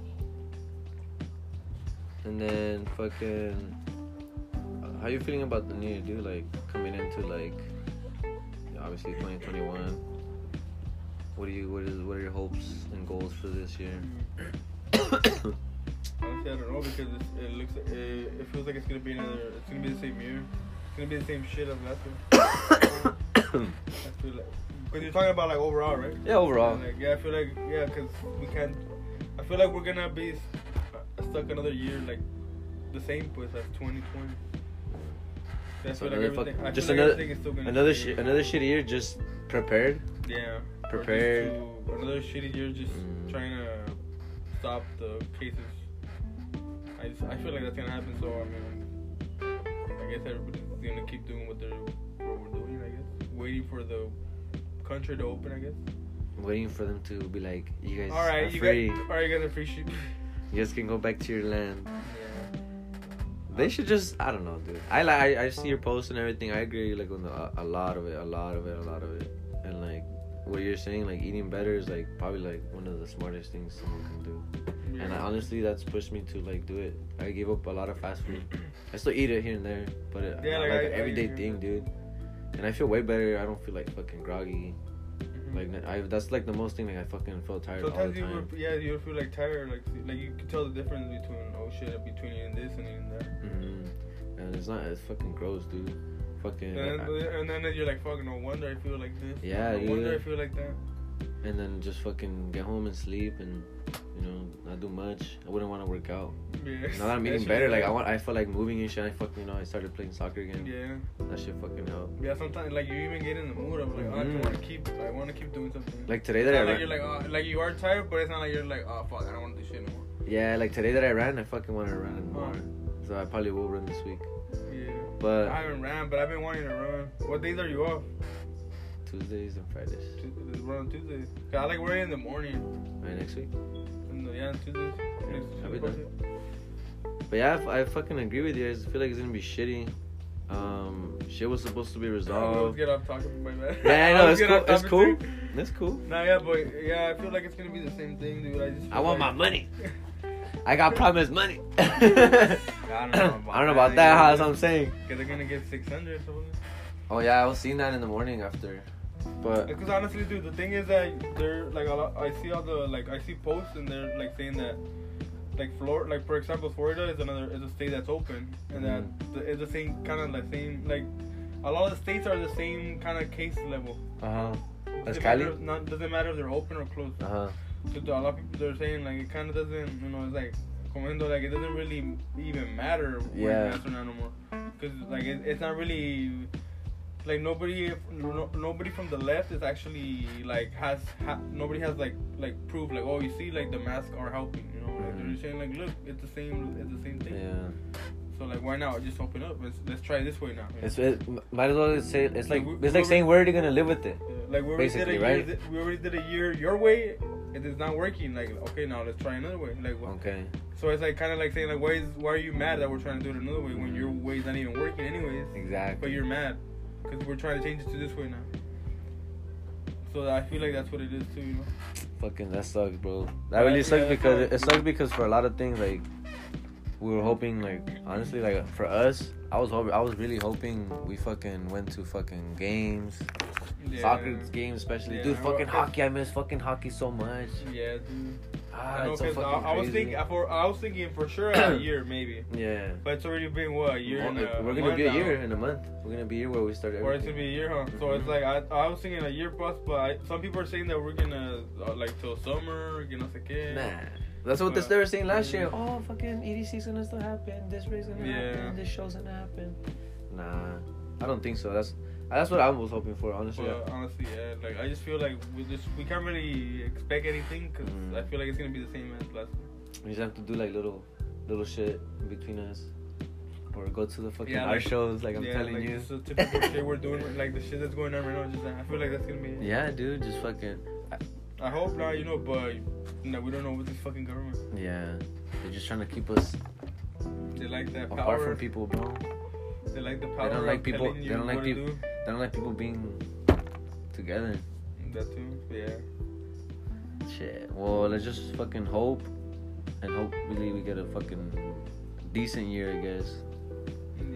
[SPEAKER 1] And then fucking, uh, how you feeling about the new year, dude? Like coming into like, you know, obviously 2021. What do you? What is? What are your hopes and goals for this year?
[SPEAKER 2] Honestly, I don't know because it's, it looks, it, it feels like it's gonna be another, it's gonna be the same year. It's gonna be the same shit as last year. I feel like because you're talking about like overall, right?
[SPEAKER 1] yeah, overall.
[SPEAKER 2] Like, yeah, I feel like yeah, because we can't. I feel like we're gonna be uh, stuck another year like the same place as 2020. That's
[SPEAKER 1] So
[SPEAKER 2] what like
[SPEAKER 1] another fuck-
[SPEAKER 2] everything. I
[SPEAKER 1] just
[SPEAKER 2] feel
[SPEAKER 1] another-
[SPEAKER 2] like everything is still gonna
[SPEAKER 1] Another
[SPEAKER 2] be-
[SPEAKER 1] sh- another shitty year. Just prepared.
[SPEAKER 2] yeah or just
[SPEAKER 1] prepared.
[SPEAKER 2] to- Another shitty year, just
[SPEAKER 1] Mm.
[SPEAKER 2] trying to stop the cases. I just, I feel like that's gonna happen. So I mean, I guess everybody's gonna keep doing what they're what we're doing. I guess waiting for the country to open. I guess.
[SPEAKER 1] Waiting for them to be like, you guys
[SPEAKER 2] All right,
[SPEAKER 1] are
[SPEAKER 2] you
[SPEAKER 1] free.
[SPEAKER 2] guys. All right, you guys are free sheep.
[SPEAKER 1] You guys can go back to your land.
[SPEAKER 2] yeah.
[SPEAKER 1] They should just I don't know, dude. I like I, I see your post and everything. I agree like on the, a, a lot of it, a lot of it, a lot of it, and like what you're saying, like eating better is like probably like one of the smartest things someone can do. And I, honestly, that's pushed me to like do it. I gave up a lot of fast food. I still eat it here and there, but it,
[SPEAKER 2] Yeah,
[SPEAKER 1] not,
[SPEAKER 2] like,
[SPEAKER 1] like,
[SPEAKER 2] I-
[SPEAKER 1] an
[SPEAKER 2] I
[SPEAKER 1] everyday
[SPEAKER 2] agree.
[SPEAKER 1] thing, dude. And I feel way better. I don't feel like fucking groggy.
[SPEAKER 2] Mhm.
[SPEAKER 1] Like I, that's like the most thing like I fucking felt tired all
[SPEAKER 2] sometimes
[SPEAKER 1] the
[SPEAKER 2] you
[SPEAKER 1] time.
[SPEAKER 2] would, yeah, you would feel like tired, like like you could tell the difference between oh shit, between eating this and eating that.
[SPEAKER 1] Mhm. And it's not. It's fucking gross, dude. Fucking.
[SPEAKER 2] And
[SPEAKER 1] I-
[SPEAKER 2] then, and then you're like, fuck, no wonder I feel like this.
[SPEAKER 1] Yeah,
[SPEAKER 2] no
[SPEAKER 1] you-
[SPEAKER 2] wonder I feel like that.
[SPEAKER 1] and then just fucking get home and sleep and you know not do much i wouldn't want to work out
[SPEAKER 2] Yeah.
[SPEAKER 1] now that i'm
[SPEAKER 2] That
[SPEAKER 1] eating
[SPEAKER 2] shit
[SPEAKER 1] better
[SPEAKER 2] is
[SPEAKER 1] like i
[SPEAKER 2] bad.
[SPEAKER 1] want i felt like moving and shit i fucking you know i started playing soccer again
[SPEAKER 2] Yeah,
[SPEAKER 1] that shit fucking helped
[SPEAKER 2] yeah. Sometimes like you even get in the mood of like, oh, I
[SPEAKER 1] Mhm.
[SPEAKER 2] want to keep, I want to keep doing something.
[SPEAKER 1] like today
[SPEAKER 2] It's
[SPEAKER 1] that i
[SPEAKER 2] not like
[SPEAKER 1] ran
[SPEAKER 2] you're like, oh, like you are tired, but it's not like you're like, oh fuck, I don't want to do shit no more.
[SPEAKER 1] yeah like today that i ran i fucking want to run
[SPEAKER 2] Oh.
[SPEAKER 1] more so i probably will run this week
[SPEAKER 2] Yeah. I
[SPEAKER 1] but
[SPEAKER 2] haven't ran, but I've been wanting to run. What days are you off?
[SPEAKER 1] tuesdays and fridays
[SPEAKER 2] Tu- Run on Tuesdays. 'Cause I like running in the morning.
[SPEAKER 1] right next week
[SPEAKER 2] In the, yeah, on Tuesdays. Next
[SPEAKER 1] I'll be
[SPEAKER 2] Tuesday.
[SPEAKER 1] down. but yeah I f- I, fucking agree with you i just feel like it's gonna be shitty um shit was supposed to be
[SPEAKER 2] Let's
[SPEAKER 1] resolved
[SPEAKER 2] get off topic, my bad.
[SPEAKER 1] yeah i know
[SPEAKER 2] Let's
[SPEAKER 1] it's
[SPEAKER 2] get
[SPEAKER 1] cool
[SPEAKER 2] off
[SPEAKER 1] it's
[SPEAKER 2] topic,
[SPEAKER 1] cool
[SPEAKER 2] dude.
[SPEAKER 1] that's cool
[SPEAKER 2] Nah, yeah, but yeah, I feel like it's gonna be the same thing, dude. I just.
[SPEAKER 1] I
[SPEAKER 2] feel
[SPEAKER 1] want my
[SPEAKER 2] like-
[SPEAKER 1] money. I got promised money. I
[SPEAKER 2] I
[SPEAKER 1] don't know about that. How that's what I'm saying.
[SPEAKER 2] Cause they're gonna get 600 or something.
[SPEAKER 1] Oh yeah, I was seeing that in the morning after, but
[SPEAKER 2] Because honestly, dude, the thing is that they're like a lot. I see all the like I see posts and they're like saying that. Like Flor, like for example, Florida is another is a state that's open, and that the, it's the same kind of like same like a lot of states are the same kind of case level.
[SPEAKER 1] uh huh, That's
[SPEAKER 2] Doesn't matter
[SPEAKER 1] Cali?
[SPEAKER 2] if Not, doesn't matter if they're open or closed.
[SPEAKER 1] uh huh,
[SPEAKER 2] So a lot of people they're saying like it kind of doesn't, you know, it's like comiendo like it doesn't really even matter
[SPEAKER 1] Yeah.
[SPEAKER 2] wearing masks or not no more, because like it, it's not really like nobody no, nobody from the left is actually like has ha, nobody has like like proof like oh you see like the masks are helping you know like
[SPEAKER 1] Mhm.
[SPEAKER 2] they're saying like look it's the same it's the same thing
[SPEAKER 1] yeah.
[SPEAKER 2] so like why not just open up let's let's try this way now you know?
[SPEAKER 1] It's it, might as well say it's like
[SPEAKER 2] We-
[SPEAKER 1] it's like
[SPEAKER 2] we-
[SPEAKER 1] saying where are you gonna live with it?
[SPEAKER 2] Yeah, like we already did a
[SPEAKER 1] Basically,
[SPEAKER 2] year,
[SPEAKER 1] right?
[SPEAKER 2] th- we already did a year your way it is not working like okay now let's try another way like what
[SPEAKER 1] Okay,
[SPEAKER 2] So it's like kind of like saying like, why is why are you mad that we're trying to do it another way when your way's not even working anyways? But
[SPEAKER 1] exactly.
[SPEAKER 2] you're mad because we're trying to change it to this way now. So I feel like that's what it is too, you know.
[SPEAKER 1] Fucking that sucks, bro. That
[SPEAKER 2] Yeah,
[SPEAKER 1] really
[SPEAKER 2] yeah,
[SPEAKER 1] sucks
[SPEAKER 2] that's
[SPEAKER 1] because
[SPEAKER 2] why-
[SPEAKER 1] it, it sucks because for a lot of things like we were hoping like honestly like for us I was hoping I was really hoping we fucking went to fucking games soccer games, especially.
[SPEAKER 2] Yeah,
[SPEAKER 1] dude,
[SPEAKER 2] I-
[SPEAKER 1] fucking
[SPEAKER 2] I-
[SPEAKER 1] hockey. I miss fucking hockey so much.
[SPEAKER 2] Yeah, dude.
[SPEAKER 1] Ah,
[SPEAKER 2] I, know,
[SPEAKER 1] it's so
[SPEAKER 2] 'cause I,
[SPEAKER 1] fucking
[SPEAKER 2] I was
[SPEAKER 1] crazy.
[SPEAKER 2] thinking for I was thinking for sure a year maybe,
[SPEAKER 1] yeah.
[SPEAKER 2] but it's already been what a year and a
[SPEAKER 1] We're gonna
[SPEAKER 2] month
[SPEAKER 1] be a
[SPEAKER 2] now.
[SPEAKER 1] year in a month. We're gonna be a year where we start
[SPEAKER 2] Or
[SPEAKER 1] everything.
[SPEAKER 2] it's gonna be a year, huh? So it's
[SPEAKER 1] Mhm.
[SPEAKER 2] like I, I was thinking a year plus, but I, some people are saying that we're gonna uh, like till summer, que no sé qué.
[SPEAKER 1] Nah. That's what this, they were saying last year.
[SPEAKER 2] Mhm.
[SPEAKER 1] Oh, fucking EDC's gonna still happen. This race gonna
[SPEAKER 2] Yeah.
[SPEAKER 1] happen. This show's gonna happen. Nah, I don't think so. That's that's what I was hoping for, honestly.
[SPEAKER 2] But honestly, yeah, like I just feel like we just we can't really expect anything because
[SPEAKER 1] Mm.
[SPEAKER 2] I feel like it's gonna be the same as last. time.
[SPEAKER 1] We just have to do like little, little shit between us, or go to the fucking
[SPEAKER 2] Yeah,
[SPEAKER 1] our
[SPEAKER 2] like-
[SPEAKER 1] shows. Like I'm
[SPEAKER 2] yeah,
[SPEAKER 1] telling
[SPEAKER 2] like,
[SPEAKER 1] you.
[SPEAKER 2] just the typical shit we're doing, like the shit that's going on right now. Just I feel like that's gonna be.
[SPEAKER 1] Yeah, dude, just fucking.
[SPEAKER 2] I hope not, you know, but no, we don't know what this fucking government.
[SPEAKER 1] Yeah, they're just trying to keep us
[SPEAKER 2] They like that power.
[SPEAKER 1] apart from people, bro.
[SPEAKER 2] They like the power.
[SPEAKER 1] don't
[SPEAKER 2] of
[SPEAKER 1] like people-
[SPEAKER 2] telling
[SPEAKER 1] they
[SPEAKER 2] you
[SPEAKER 1] don't like
[SPEAKER 2] what to
[SPEAKER 1] peop-
[SPEAKER 2] do.
[SPEAKER 1] They don't like people being together.
[SPEAKER 2] That too. Yeah.
[SPEAKER 1] Shit. Well, let's just fucking hope, and hope really we get a fucking decent year, I guess.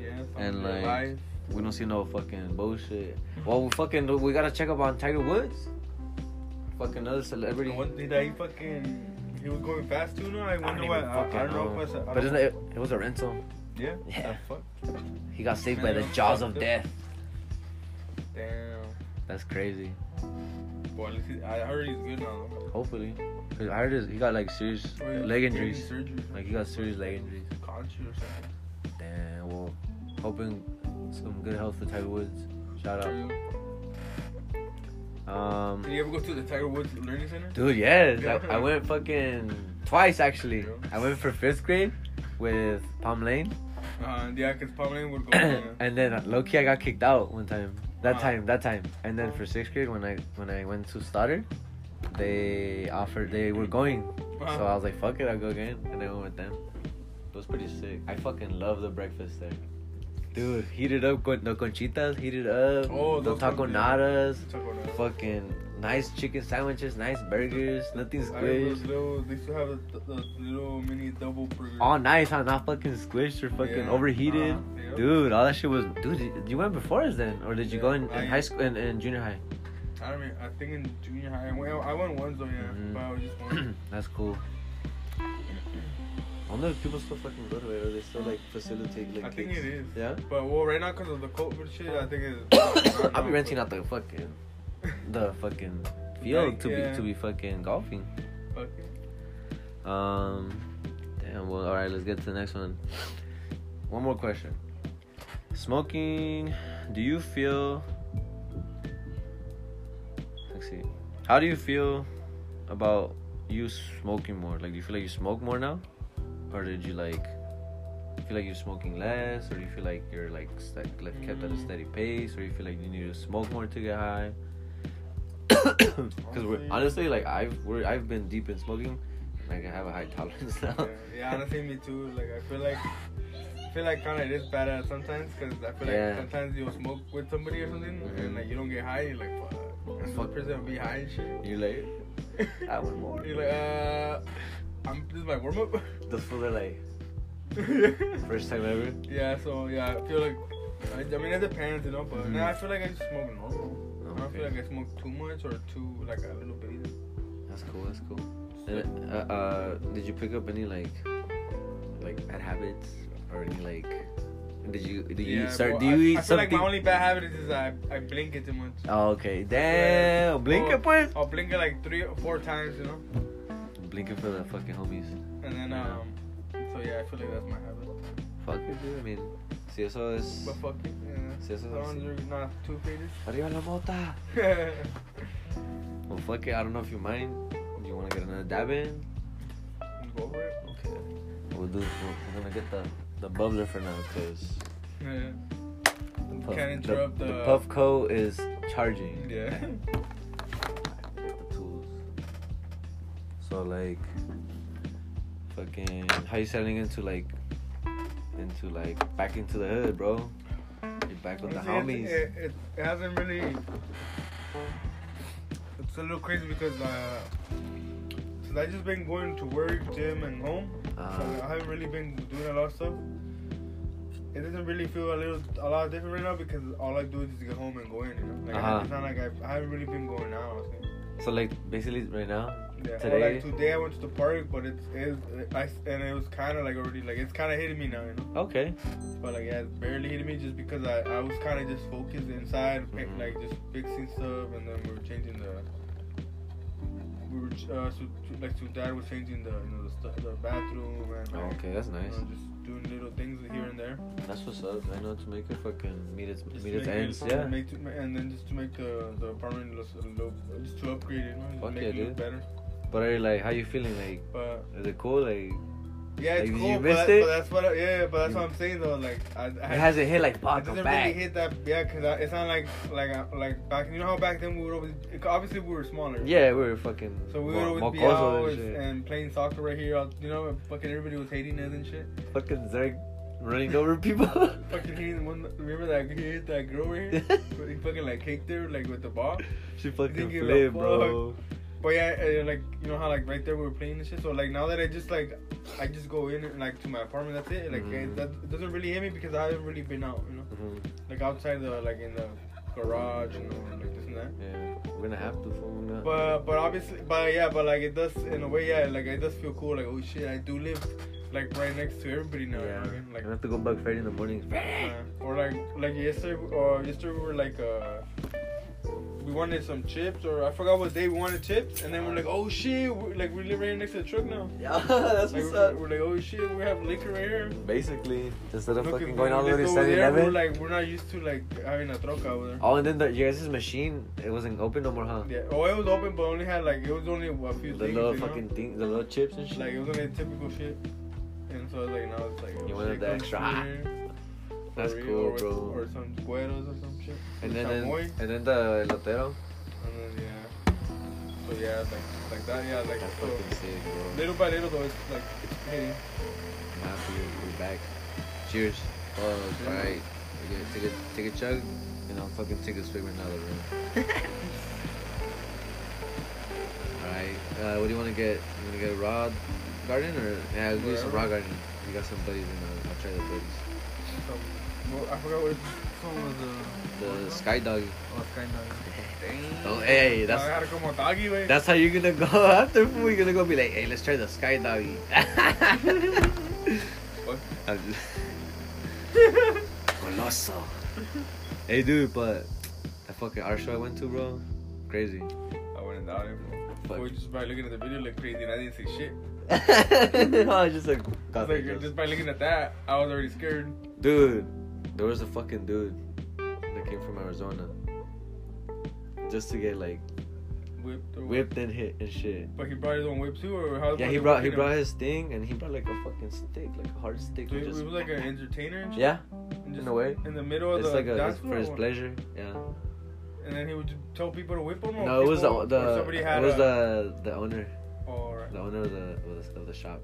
[SPEAKER 2] Yeah. something
[SPEAKER 1] And,
[SPEAKER 2] in
[SPEAKER 1] like,
[SPEAKER 2] life.
[SPEAKER 1] We don't see no fucking bullshit. Well, we fucking we gotta check up on Tiger Woods. Fucking another celebrity.
[SPEAKER 2] I wonder- Did I fucking? He was going fast too. No,
[SPEAKER 1] I
[SPEAKER 2] I
[SPEAKER 1] don't
[SPEAKER 2] wonder
[SPEAKER 1] even
[SPEAKER 2] why. I,
[SPEAKER 1] fucking
[SPEAKER 2] I don't know.
[SPEAKER 1] know.
[SPEAKER 2] if I, I
[SPEAKER 1] But
[SPEAKER 2] don't,
[SPEAKER 1] isn't it, it was a rental.
[SPEAKER 2] yeah.
[SPEAKER 1] Yeah.
[SPEAKER 2] The fuck?
[SPEAKER 1] He got saved
[SPEAKER 2] Man,
[SPEAKER 1] by
[SPEAKER 2] they
[SPEAKER 1] the
[SPEAKER 2] don't
[SPEAKER 1] jaws
[SPEAKER 2] fuck
[SPEAKER 1] of
[SPEAKER 2] them.
[SPEAKER 1] death.
[SPEAKER 2] Damn.
[SPEAKER 1] That's crazy.
[SPEAKER 2] Boy, let's see. I heard he's good now. though.
[SPEAKER 1] Hopefully, 'Cause I heard his, he got like serious
[SPEAKER 2] Or he's
[SPEAKER 1] leg
[SPEAKER 2] getting
[SPEAKER 1] injuries.
[SPEAKER 2] surgery or
[SPEAKER 1] Like he got serious leg injuries.
[SPEAKER 2] something. Conchu or something.
[SPEAKER 1] Damn. Well, hoping some good health for Tiger Woods. Shout out.
[SPEAKER 2] Did
[SPEAKER 1] Um,
[SPEAKER 2] you ever go to the Tiger Woods Learning Center?
[SPEAKER 1] dude, yes, I, I went fucking twice actually. I went for fifth grade with Palm Lane,
[SPEAKER 2] Uh, yeah, because Pamela would go. there.
[SPEAKER 1] and then low key I got kicked out one time. That
[SPEAKER 2] Ah.
[SPEAKER 1] time, that time, and then for sixth grade when I when I went to Stoddard, they offered they were going,
[SPEAKER 2] Uh-huh.
[SPEAKER 1] so I was like, fuck it, I'll go again, and I went with them. It was pretty sick. I fucking love the breakfast there. Dude, heated up con the conchitas, heated up,
[SPEAKER 2] Oh,
[SPEAKER 1] the
[SPEAKER 2] those ones,
[SPEAKER 1] taco
[SPEAKER 2] yeah.
[SPEAKER 1] nadas,
[SPEAKER 2] Chocolate.
[SPEAKER 1] fucking nice chicken sandwiches, nice burgers, nothing
[SPEAKER 2] I remember
[SPEAKER 1] squished.
[SPEAKER 2] those little, they still have the, the little mini double burger.
[SPEAKER 1] All nice, huh? Not fucking squished or fucking
[SPEAKER 2] Yeah.
[SPEAKER 1] overheated.
[SPEAKER 2] Uh-huh. Yep.
[SPEAKER 1] Dude, all that shit was. Dude, you- you went before us then? Or did you go in, in
[SPEAKER 2] I-
[SPEAKER 1] high school, in, in junior high?
[SPEAKER 2] I don't mean, I think in junior high, I went, I went once though, yeah,
[SPEAKER 1] Mhm.
[SPEAKER 2] but I was just one.
[SPEAKER 1] That's cool. I wonder if people still fucking go to it or they still like facilitate like.
[SPEAKER 2] I think
[SPEAKER 1] kids.
[SPEAKER 2] it is.
[SPEAKER 1] Yeah?
[SPEAKER 2] But well, right now because of the COVID shit, I think it's.
[SPEAKER 1] I'll be renting out the fucking. The fucking
[SPEAKER 2] Like,
[SPEAKER 1] field to
[SPEAKER 2] yeah.
[SPEAKER 1] be to be fucking golfing.
[SPEAKER 2] Okay.
[SPEAKER 1] Um, damn. Well, all right. Let's get to the next one. One more question. Smoking. Do you feel? Let's see. How do you feel about you smoking more? Like, do you feel like you smoke more now, or did you like feel like you're smoking less, or do you feel like you're like st- like kept at a steady pace, or you feel like you need to smoke more to get high? Because we're
[SPEAKER 2] Honestly-
[SPEAKER 1] honestly like I've we're, I've been deep in smoking. Like I have a high tolerance now.
[SPEAKER 2] Yeah, yeah, honestly, me too. Like I feel like, I feel like kind of it is bad at sometimes because I feel
[SPEAKER 1] Yeah.
[SPEAKER 2] like sometimes you'll smoke with somebody or something and
[SPEAKER 1] Mhm.
[SPEAKER 2] like you don't get high, you're like fuck. And the
[SPEAKER 1] Fuck.
[SPEAKER 2] person will be high and shit.
[SPEAKER 1] You're like, I want more.
[SPEAKER 2] You're like, uh, I'm this is my warm up.
[SPEAKER 1] the full are like first time ever.
[SPEAKER 2] yeah, so yeah, I feel like. I, I mean, it depends, you know. But
[SPEAKER 1] Mhm.
[SPEAKER 2] nah, I feel like I just smoke normal. I don't feel
[SPEAKER 1] Okay.
[SPEAKER 2] like I smoke too much or too like a little bit. either.
[SPEAKER 1] That's cool. That's cool. And, uh, uh, did you pick up any like, like bad habits or any like? Did you did you
[SPEAKER 2] Yeah,
[SPEAKER 1] start?
[SPEAKER 2] well,
[SPEAKER 1] do you
[SPEAKER 2] I,
[SPEAKER 1] eat
[SPEAKER 2] I feel
[SPEAKER 1] something?
[SPEAKER 2] like my only bad habit is, is I, I blink it too much.
[SPEAKER 1] oh, okay. Damn.
[SPEAKER 2] Oh.
[SPEAKER 1] Blink it, pues.
[SPEAKER 2] I'll blink it like three or four times, you know.
[SPEAKER 1] Blink it for the fucking homies.
[SPEAKER 2] And then
[SPEAKER 1] Yeah.
[SPEAKER 2] um, so yeah, I feel like that's my habit.
[SPEAKER 1] Fuck it, dude. I mean, si eso es.
[SPEAKER 2] But fuck it,
[SPEAKER 1] Sí, eso
[SPEAKER 2] yeah.
[SPEAKER 1] es
[SPEAKER 2] As long
[SPEAKER 1] así.
[SPEAKER 2] as you're not two faded.
[SPEAKER 1] Arriba la mota. Well, fuck it. I don't know if you mind. Do you want to get another dab in?
[SPEAKER 2] Go for it.
[SPEAKER 1] Okay. We'll do. We're, we're gonna get the the bubbler for now, cause
[SPEAKER 2] Yeah.
[SPEAKER 1] the puff,
[SPEAKER 2] Can't interrupt
[SPEAKER 1] the,
[SPEAKER 2] the-
[SPEAKER 1] puff co is charging.
[SPEAKER 2] Yeah.
[SPEAKER 1] with the tools. So like, fucking, how you selling into like, into like back into the hood, bro? You're back with the
[SPEAKER 2] Honestly,
[SPEAKER 1] homies.
[SPEAKER 2] it's- It, it, it hasn't really. It's a little crazy because uh, since I just been going to work, gym, and home, so
[SPEAKER 1] Uh-huh.
[SPEAKER 2] I haven't really been doing a lot of stuff. it doesn't really feel a little a lot different right now because all I do is just get home and go in. You know, like
[SPEAKER 1] Uh-huh.
[SPEAKER 2] I, it's not like I, I haven't really been going out. I think.
[SPEAKER 1] So like basically right now,
[SPEAKER 2] Yeah. Today,
[SPEAKER 1] Today-
[SPEAKER 2] like today I went to the park, but it's it's I and it was kind of like already like it's kind of hitting me now, you know.
[SPEAKER 1] okay.
[SPEAKER 2] But like yeah, it's barely hitting me just because I I was kind of just focused inside, fi-
[SPEAKER 1] Mhm.
[SPEAKER 2] like just fixing stuff, and then we were changing the. We were ch- uh, so, so- like so dad was changing the you know the, stu- the bathroom and like,
[SPEAKER 1] Oh, okay, that's
[SPEAKER 2] you
[SPEAKER 1] nice.
[SPEAKER 2] know, just doing little things here and there.
[SPEAKER 1] That's what's up. I know to make it fucking meet its
[SPEAKER 2] Just
[SPEAKER 1] meet its
[SPEAKER 2] to make
[SPEAKER 1] ends.
[SPEAKER 2] it-
[SPEAKER 1] Yeah.
[SPEAKER 2] Make to, and then just to make the, the apartment look, look just to upgrade it, you know, just
[SPEAKER 1] Fuck
[SPEAKER 2] make
[SPEAKER 1] yeah,
[SPEAKER 2] it look
[SPEAKER 1] dude.
[SPEAKER 2] better.
[SPEAKER 1] But are you like, how you feeling? Like,
[SPEAKER 2] But
[SPEAKER 1] is it cool? Like,
[SPEAKER 2] yeah, it's
[SPEAKER 1] Like, you
[SPEAKER 2] cool. but,
[SPEAKER 1] missed
[SPEAKER 2] that-
[SPEAKER 1] it?
[SPEAKER 2] but that's what I, yeah, but that's what I'm saying though. Like I, I
[SPEAKER 1] it hasn't hit like
[SPEAKER 2] it
[SPEAKER 1] fuck.
[SPEAKER 2] doesn't
[SPEAKER 1] I'm
[SPEAKER 2] really
[SPEAKER 1] back.
[SPEAKER 2] hit that yeah, cause I, it's not like like I- like back. You know how back then we would always obviously we were smaller.
[SPEAKER 1] yeah, we were fucking.
[SPEAKER 2] So we would
[SPEAKER 1] mo-
[SPEAKER 2] always be
[SPEAKER 1] mocosos
[SPEAKER 2] out
[SPEAKER 1] and
[SPEAKER 2] and,
[SPEAKER 1] shit.
[SPEAKER 2] playing soccer right here. out- You know, fucking everybody was hating us and shit.
[SPEAKER 1] fucking Zerg running over people.
[SPEAKER 2] Fucking hating one. Remember that he hit that girl right here? he fucking like kicked her like with the ball.
[SPEAKER 1] she fucking
[SPEAKER 2] Didn't give a
[SPEAKER 1] flipped, bro.
[SPEAKER 2] But yeah, uh, like you know how like right there we were playing and shit. So like now that I just like I just go in and like to my apartment. That's it. Like
[SPEAKER 1] Mhm.
[SPEAKER 2] it, that it doesn't really hit me because I haven't really been out. You know,
[SPEAKER 1] Mhm,
[SPEAKER 2] like outside the like in the garage and all like this and that.
[SPEAKER 1] Yeah, we're gonna have to. fool, we're not-
[SPEAKER 2] But but obviously but yeah but like it does in a way yeah like it does feel cool like oh shit I do live like right next to everybody now. you know
[SPEAKER 1] yeah,
[SPEAKER 2] what I mean?
[SPEAKER 1] I'm
[SPEAKER 2] Like
[SPEAKER 1] gonna have to go back Friday in the morning.
[SPEAKER 2] Yeah. Or like like yesterday or yesterday we were like uh we wanted some chips or I forgot what day we wanted chips and then we're like oh shit we're, like we live right next to the truck now.
[SPEAKER 1] Yeah, that's
[SPEAKER 2] Like, we're, we're like oh shit we have liquor right here.
[SPEAKER 1] Basically, instead of
[SPEAKER 2] Look,
[SPEAKER 1] fucking
[SPEAKER 2] we
[SPEAKER 1] going all the way
[SPEAKER 2] lived
[SPEAKER 1] to
[SPEAKER 2] over
[SPEAKER 1] Seven
[SPEAKER 2] there, We're
[SPEAKER 1] Eleven.
[SPEAKER 2] like we're not used to like having a troca over there.
[SPEAKER 1] Oh, and then the, you guys' machine, it wasn't open no more, huh?
[SPEAKER 2] Yeah. Oh it was open but only had like it was only a few
[SPEAKER 1] The
[SPEAKER 2] things.
[SPEAKER 1] little
[SPEAKER 2] you know?
[SPEAKER 1] fucking thing, the little chips and shit.
[SPEAKER 2] Like it was only typical shit. And so like now it's like oh,
[SPEAKER 1] You wanted
[SPEAKER 2] shit,
[SPEAKER 1] the
[SPEAKER 2] come
[SPEAKER 1] extra.
[SPEAKER 2] here.
[SPEAKER 1] That's
[SPEAKER 2] Or-
[SPEAKER 1] cool,
[SPEAKER 2] or,
[SPEAKER 1] bro.
[SPEAKER 2] Or some cueros or some shit.
[SPEAKER 1] and then,
[SPEAKER 2] Chamoy.
[SPEAKER 1] and, and then the elotero.
[SPEAKER 2] And then, yeah. So yeah, like like that, yeah, like
[SPEAKER 1] That's
[SPEAKER 2] so
[SPEAKER 1] fucking sick, bro.
[SPEAKER 2] little by little though, it's like it's hitting.
[SPEAKER 1] I'm happy we're- we're back. Cheers.
[SPEAKER 3] all right. We're gonna take a take a chug.
[SPEAKER 1] And I'll fucking take a swig right now, bro. Alright, uh, what do you want to get? You want to get a raw garden or? Yeah, we'll do some raw garden. We got some buddies right now. I'll try the buddies.
[SPEAKER 2] So well, I forgot what it's- song was the
[SPEAKER 1] The sky dog.
[SPEAKER 2] Oh, it's kind of.
[SPEAKER 1] Oh, hey,
[SPEAKER 2] That's
[SPEAKER 1] that's.
[SPEAKER 2] I gotta come on doggy way.
[SPEAKER 1] That's how you're gonna go after food. You're gonna go be like, hey, let's try the sky doggy.
[SPEAKER 2] What?
[SPEAKER 1] I'm just- Coloso. Mm-hmm. hey, dude, but that fucking art show I went to, bro, crazy.
[SPEAKER 2] I went and down
[SPEAKER 1] Fuck.
[SPEAKER 2] We were just by looking at the video like crazy, and I didn't see shit.
[SPEAKER 1] I was just like,
[SPEAKER 2] I
[SPEAKER 1] God,
[SPEAKER 2] was like,
[SPEAKER 1] just-
[SPEAKER 2] just by looking at that, I was already scared.
[SPEAKER 1] dude, there was a fucking dude that came from Arizona just to get like
[SPEAKER 2] Whipped or
[SPEAKER 1] whipped and hit and shit.
[SPEAKER 2] But he brought his own whip too, or how?
[SPEAKER 1] Yeah,
[SPEAKER 2] was
[SPEAKER 1] he
[SPEAKER 2] it
[SPEAKER 1] brought he
[SPEAKER 2] working
[SPEAKER 1] brought
[SPEAKER 2] out?
[SPEAKER 1] his thing and he brought like a fucking stick, like a hard stick.
[SPEAKER 2] So
[SPEAKER 1] and
[SPEAKER 2] he
[SPEAKER 1] just-
[SPEAKER 2] was like an entertainer. And shit?
[SPEAKER 1] yeah,
[SPEAKER 2] And
[SPEAKER 1] in a way.
[SPEAKER 2] In the middle of
[SPEAKER 1] it's
[SPEAKER 2] the
[SPEAKER 1] like a
[SPEAKER 2] dance
[SPEAKER 1] it's for his
[SPEAKER 2] floor?
[SPEAKER 1] pleasure. Yeah.
[SPEAKER 2] And then he would just tell people to whip him. Or
[SPEAKER 1] No, it was the
[SPEAKER 2] people-
[SPEAKER 1] the
[SPEAKER 2] or somebody had
[SPEAKER 1] it was
[SPEAKER 2] a,
[SPEAKER 1] the the owner,
[SPEAKER 2] Oh, all right.
[SPEAKER 1] the owner of the of the, of the shop.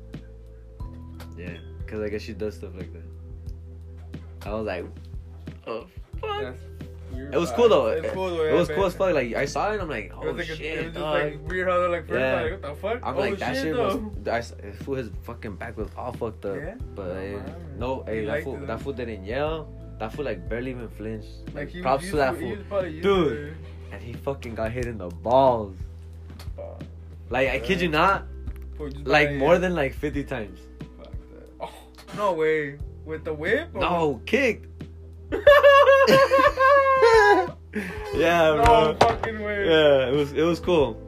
[SPEAKER 1] Yeah, cause I guess she does stuff like that. I was like, oh fuck.
[SPEAKER 2] That's weird.
[SPEAKER 1] It was cool though.
[SPEAKER 2] It's cool though.
[SPEAKER 1] It
[SPEAKER 2] yeah,
[SPEAKER 1] was cool
[SPEAKER 2] but-
[SPEAKER 1] as fuck. Like I saw it, and I'm like,
[SPEAKER 2] It
[SPEAKER 1] oh
[SPEAKER 2] was like a,
[SPEAKER 1] shit,
[SPEAKER 2] it was just
[SPEAKER 1] dog.
[SPEAKER 2] like weird how they're like first
[SPEAKER 1] Yeah.
[SPEAKER 2] like what the fuck?
[SPEAKER 1] I'm
[SPEAKER 2] oh,
[SPEAKER 1] like that shit was.
[SPEAKER 2] though.
[SPEAKER 1] I s- that fool his fucking back was all fucked up.
[SPEAKER 2] Yeah?
[SPEAKER 1] But
[SPEAKER 2] Oh,
[SPEAKER 1] eh,
[SPEAKER 2] wow.
[SPEAKER 1] no,
[SPEAKER 2] He
[SPEAKER 1] hey, that
[SPEAKER 2] liked
[SPEAKER 1] fool,
[SPEAKER 2] it,
[SPEAKER 1] that
[SPEAKER 2] huh?
[SPEAKER 1] fool didn't yell. That fool like barely even flinched.
[SPEAKER 2] Like he
[SPEAKER 1] props
[SPEAKER 2] was
[SPEAKER 1] to that
[SPEAKER 2] used- he
[SPEAKER 1] fool,
[SPEAKER 2] was probably used
[SPEAKER 1] dude.
[SPEAKER 2] to it.
[SPEAKER 1] and he fucking got hit in the balls.
[SPEAKER 2] Fuck.
[SPEAKER 1] Like I kid you not,
[SPEAKER 2] Fool just
[SPEAKER 1] like
[SPEAKER 2] probably-
[SPEAKER 1] more than like 50 times.
[SPEAKER 2] Fuck that. Oh, no way. With the whip? or-
[SPEAKER 1] No, kicked. yeah,
[SPEAKER 2] Oh, No
[SPEAKER 1] bro.
[SPEAKER 2] fucking way.
[SPEAKER 1] Yeah, it was it was cool.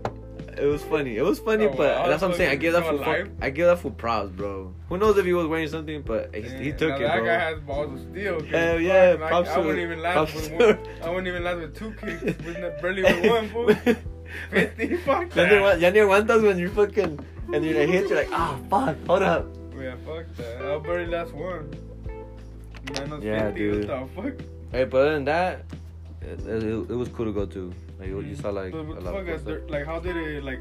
[SPEAKER 1] It was funny. It was funny,
[SPEAKER 2] Oh,
[SPEAKER 1] but
[SPEAKER 2] wow.
[SPEAKER 1] that's what I'm saying. I give that
[SPEAKER 2] Fucking
[SPEAKER 1] for fuck,
[SPEAKER 2] alive.
[SPEAKER 1] I give that for props, bro. Who knows if he was wearing something, but he, he
[SPEAKER 2] Damn,
[SPEAKER 1] took
[SPEAKER 2] now
[SPEAKER 1] it,
[SPEAKER 2] That
[SPEAKER 1] bro.
[SPEAKER 2] guy has balls of steel. 'cause
[SPEAKER 1] Hell
[SPEAKER 2] fuck,
[SPEAKER 1] yeah,
[SPEAKER 2] like,
[SPEAKER 1] props
[SPEAKER 2] I
[SPEAKER 1] to-
[SPEAKER 2] wouldn't even
[SPEAKER 1] props
[SPEAKER 2] last with
[SPEAKER 1] to-
[SPEAKER 2] one. I wouldn't even last with two kicks. With not- barely with one fool. Fifty fuck.
[SPEAKER 1] Ya ni aguan-
[SPEAKER 2] that.
[SPEAKER 1] ya ni aguantas when you're fucking and you're hit. You're like, ah, fuck, hold up.
[SPEAKER 2] Yeah, fuck that. I'll barely last one. Minus
[SPEAKER 1] Yeah,
[SPEAKER 2] 50, what
[SPEAKER 1] dude.
[SPEAKER 2] the fuck?
[SPEAKER 1] Hey, but other than that, it, it, it was cool to go to. Like you, you saw like
[SPEAKER 2] Mm. But what
[SPEAKER 1] a
[SPEAKER 2] the
[SPEAKER 1] lot
[SPEAKER 2] fuck
[SPEAKER 1] of cool
[SPEAKER 2] is there,
[SPEAKER 1] stuff.
[SPEAKER 2] like how did it like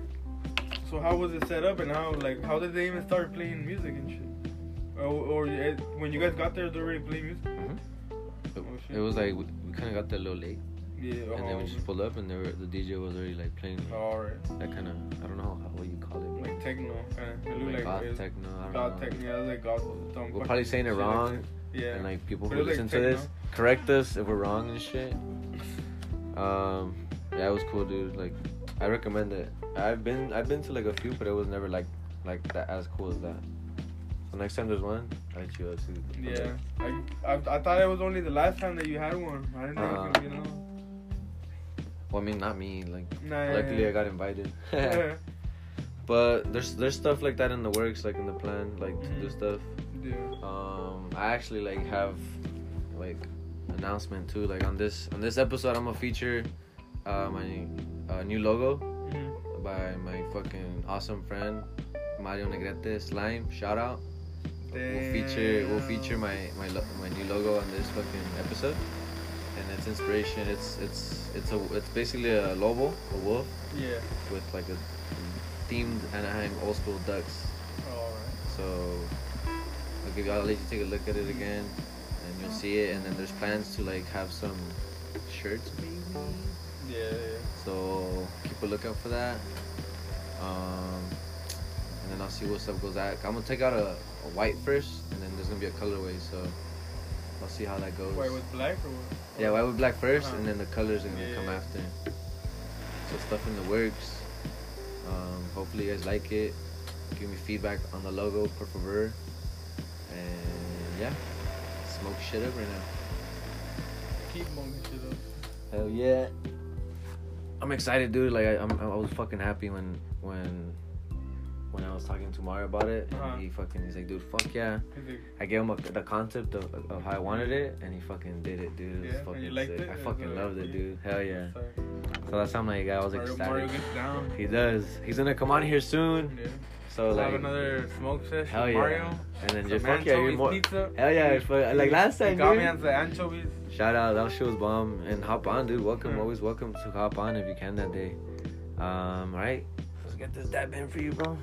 [SPEAKER 2] so how was it set up and how like how did they even start playing music and shit or, or it, when you guys got there they already playing music Oh, shit.
[SPEAKER 1] Mm-hmm. It was like we, we kind of got there a little late,
[SPEAKER 2] yeah oh.
[SPEAKER 1] and then we just pulled up, and there were, the DJ was already like playing like,
[SPEAKER 2] all right
[SPEAKER 1] that kind of I don't know how, what you call it.
[SPEAKER 2] Oh. like techno kind of it looked
[SPEAKER 1] Like ah,
[SPEAKER 2] like
[SPEAKER 1] goth
[SPEAKER 2] it was
[SPEAKER 1] techno. I don't
[SPEAKER 2] god
[SPEAKER 1] know.
[SPEAKER 2] techno yeah, it was like god some
[SPEAKER 1] We're
[SPEAKER 2] fucking
[SPEAKER 1] probably saying it
[SPEAKER 2] shit like
[SPEAKER 1] wrong.
[SPEAKER 2] that. Yeah.
[SPEAKER 1] and like people
[SPEAKER 2] But
[SPEAKER 1] who
[SPEAKER 2] it was,
[SPEAKER 1] listen
[SPEAKER 2] like,
[SPEAKER 1] to
[SPEAKER 2] techno.
[SPEAKER 1] this, correct us if we're wrong and shit. Um, yeah, it was cool, dude. Like, I recommend it. I've been I've been to like a few, but it was never like like that as cool as that. So next time there's one, I hit you up too.
[SPEAKER 2] Yeah. I, I I thought it was only the last time that you had one. I didn't know.
[SPEAKER 1] Uh-huh.
[SPEAKER 2] you know.
[SPEAKER 1] Well, I mean, not me. Like,
[SPEAKER 2] Nah, yeah,
[SPEAKER 1] luckily
[SPEAKER 2] yeah.
[SPEAKER 1] I got invited.
[SPEAKER 2] Yeah,
[SPEAKER 1] but there's there's stuff like that in the works, like in the plan, like to do
[SPEAKER 2] Mhm.
[SPEAKER 1] stuff.
[SPEAKER 2] dude.
[SPEAKER 1] um i actually like have like announcement too like on this on this episode i'm gonna feature uh my uh, new logo
[SPEAKER 2] Mhm.
[SPEAKER 1] by my fucking awesome friend mario negrete slime shout out we'll feature we'll feature my my lo- my new logo on this fucking episode and it's inspiration it's it's it's a it's basically a lobo a wolf
[SPEAKER 2] Yeah.
[SPEAKER 1] with like a themed anaheim old school ducks
[SPEAKER 2] Alright.
[SPEAKER 1] so I'll give you. I'll let you take a look at it again, and you'll see it. And then there's plans to like have some shirts maybe.
[SPEAKER 2] Yeah, yeah.
[SPEAKER 1] So keep a lookout for that. Um, and then I'll see what stuff goes out. I'm gonna take out a, a white first, and then there's gonna be a colorway. So I'll see how that goes.
[SPEAKER 2] White with black or what?
[SPEAKER 1] Yeah, white with black 1st
[SPEAKER 2] Uh-huh.
[SPEAKER 1] and then the colors are gonna
[SPEAKER 2] Yeah.
[SPEAKER 1] come after. So stuff in the works. Um, hopefully you guys like it. Give me feedback on the logo, por favor. And yeah, smoke shit up right now.
[SPEAKER 2] Keep moving shit up.
[SPEAKER 1] Hell yeah. I'm excited, dude. Like I, I'm, I was fucking happy when when when I was talking to Mario about it, and
[SPEAKER 2] Uh-huh.
[SPEAKER 1] he fucking he's like, dude, fuck yeah.
[SPEAKER 2] He's like,
[SPEAKER 1] I gave him a, the concept of, of how I wanted it, and he fucking did it, dude. It was
[SPEAKER 2] Yeah, and
[SPEAKER 1] fucking
[SPEAKER 2] you liked
[SPEAKER 1] sick.
[SPEAKER 2] it?
[SPEAKER 1] I
[SPEAKER 2] It was
[SPEAKER 1] fucking
[SPEAKER 2] alright
[SPEAKER 1] loved
[SPEAKER 2] for
[SPEAKER 1] it,
[SPEAKER 2] you?
[SPEAKER 1] dude. Hell yeah.
[SPEAKER 2] sorry.
[SPEAKER 1] So that's something like I was
[SPEAKER 2] Mario,
[SPEAKER 1] excited.
[SPEAKER 2] Mario gets down.
[SPEAKER 1] He does. He's gonna come on here soon.
[SPEAKER 2] Yeah.
[SPEAKER 1] So
[SPEAKER 2] We'll
[SPEAKER 1] like,
[SPEAKER 2] have another smoke session.
[SPEAKER 1] hell yeah.
[SPEAKER 2] Mario.
[SPEAKER 1] And then
[SPEAKER 2] Some
[SPEAKER 1] just fuck yeah, you're
[SPEAKER 2] anchovies
[SPEAKER 1] more.
[SPEAKER 2] pizza.
[SPEAKER 1] Hell yeah, fuck, like last
[SPEAKER 2] He
[SPEAKER 1] time,
[SPEAKER 2] got me
[SPEAKER 1] dude.
[SPEAKER 2] on the anchovies.
[SPEAKER 1] Shout out, that shit was bomb. And hop on, dude. Welcome,
[SPEAKER 2] Mm.
[SPEAKER 1] always welcome to hop on if you can that day. Um, all right. Let's get this dab in for you, bro.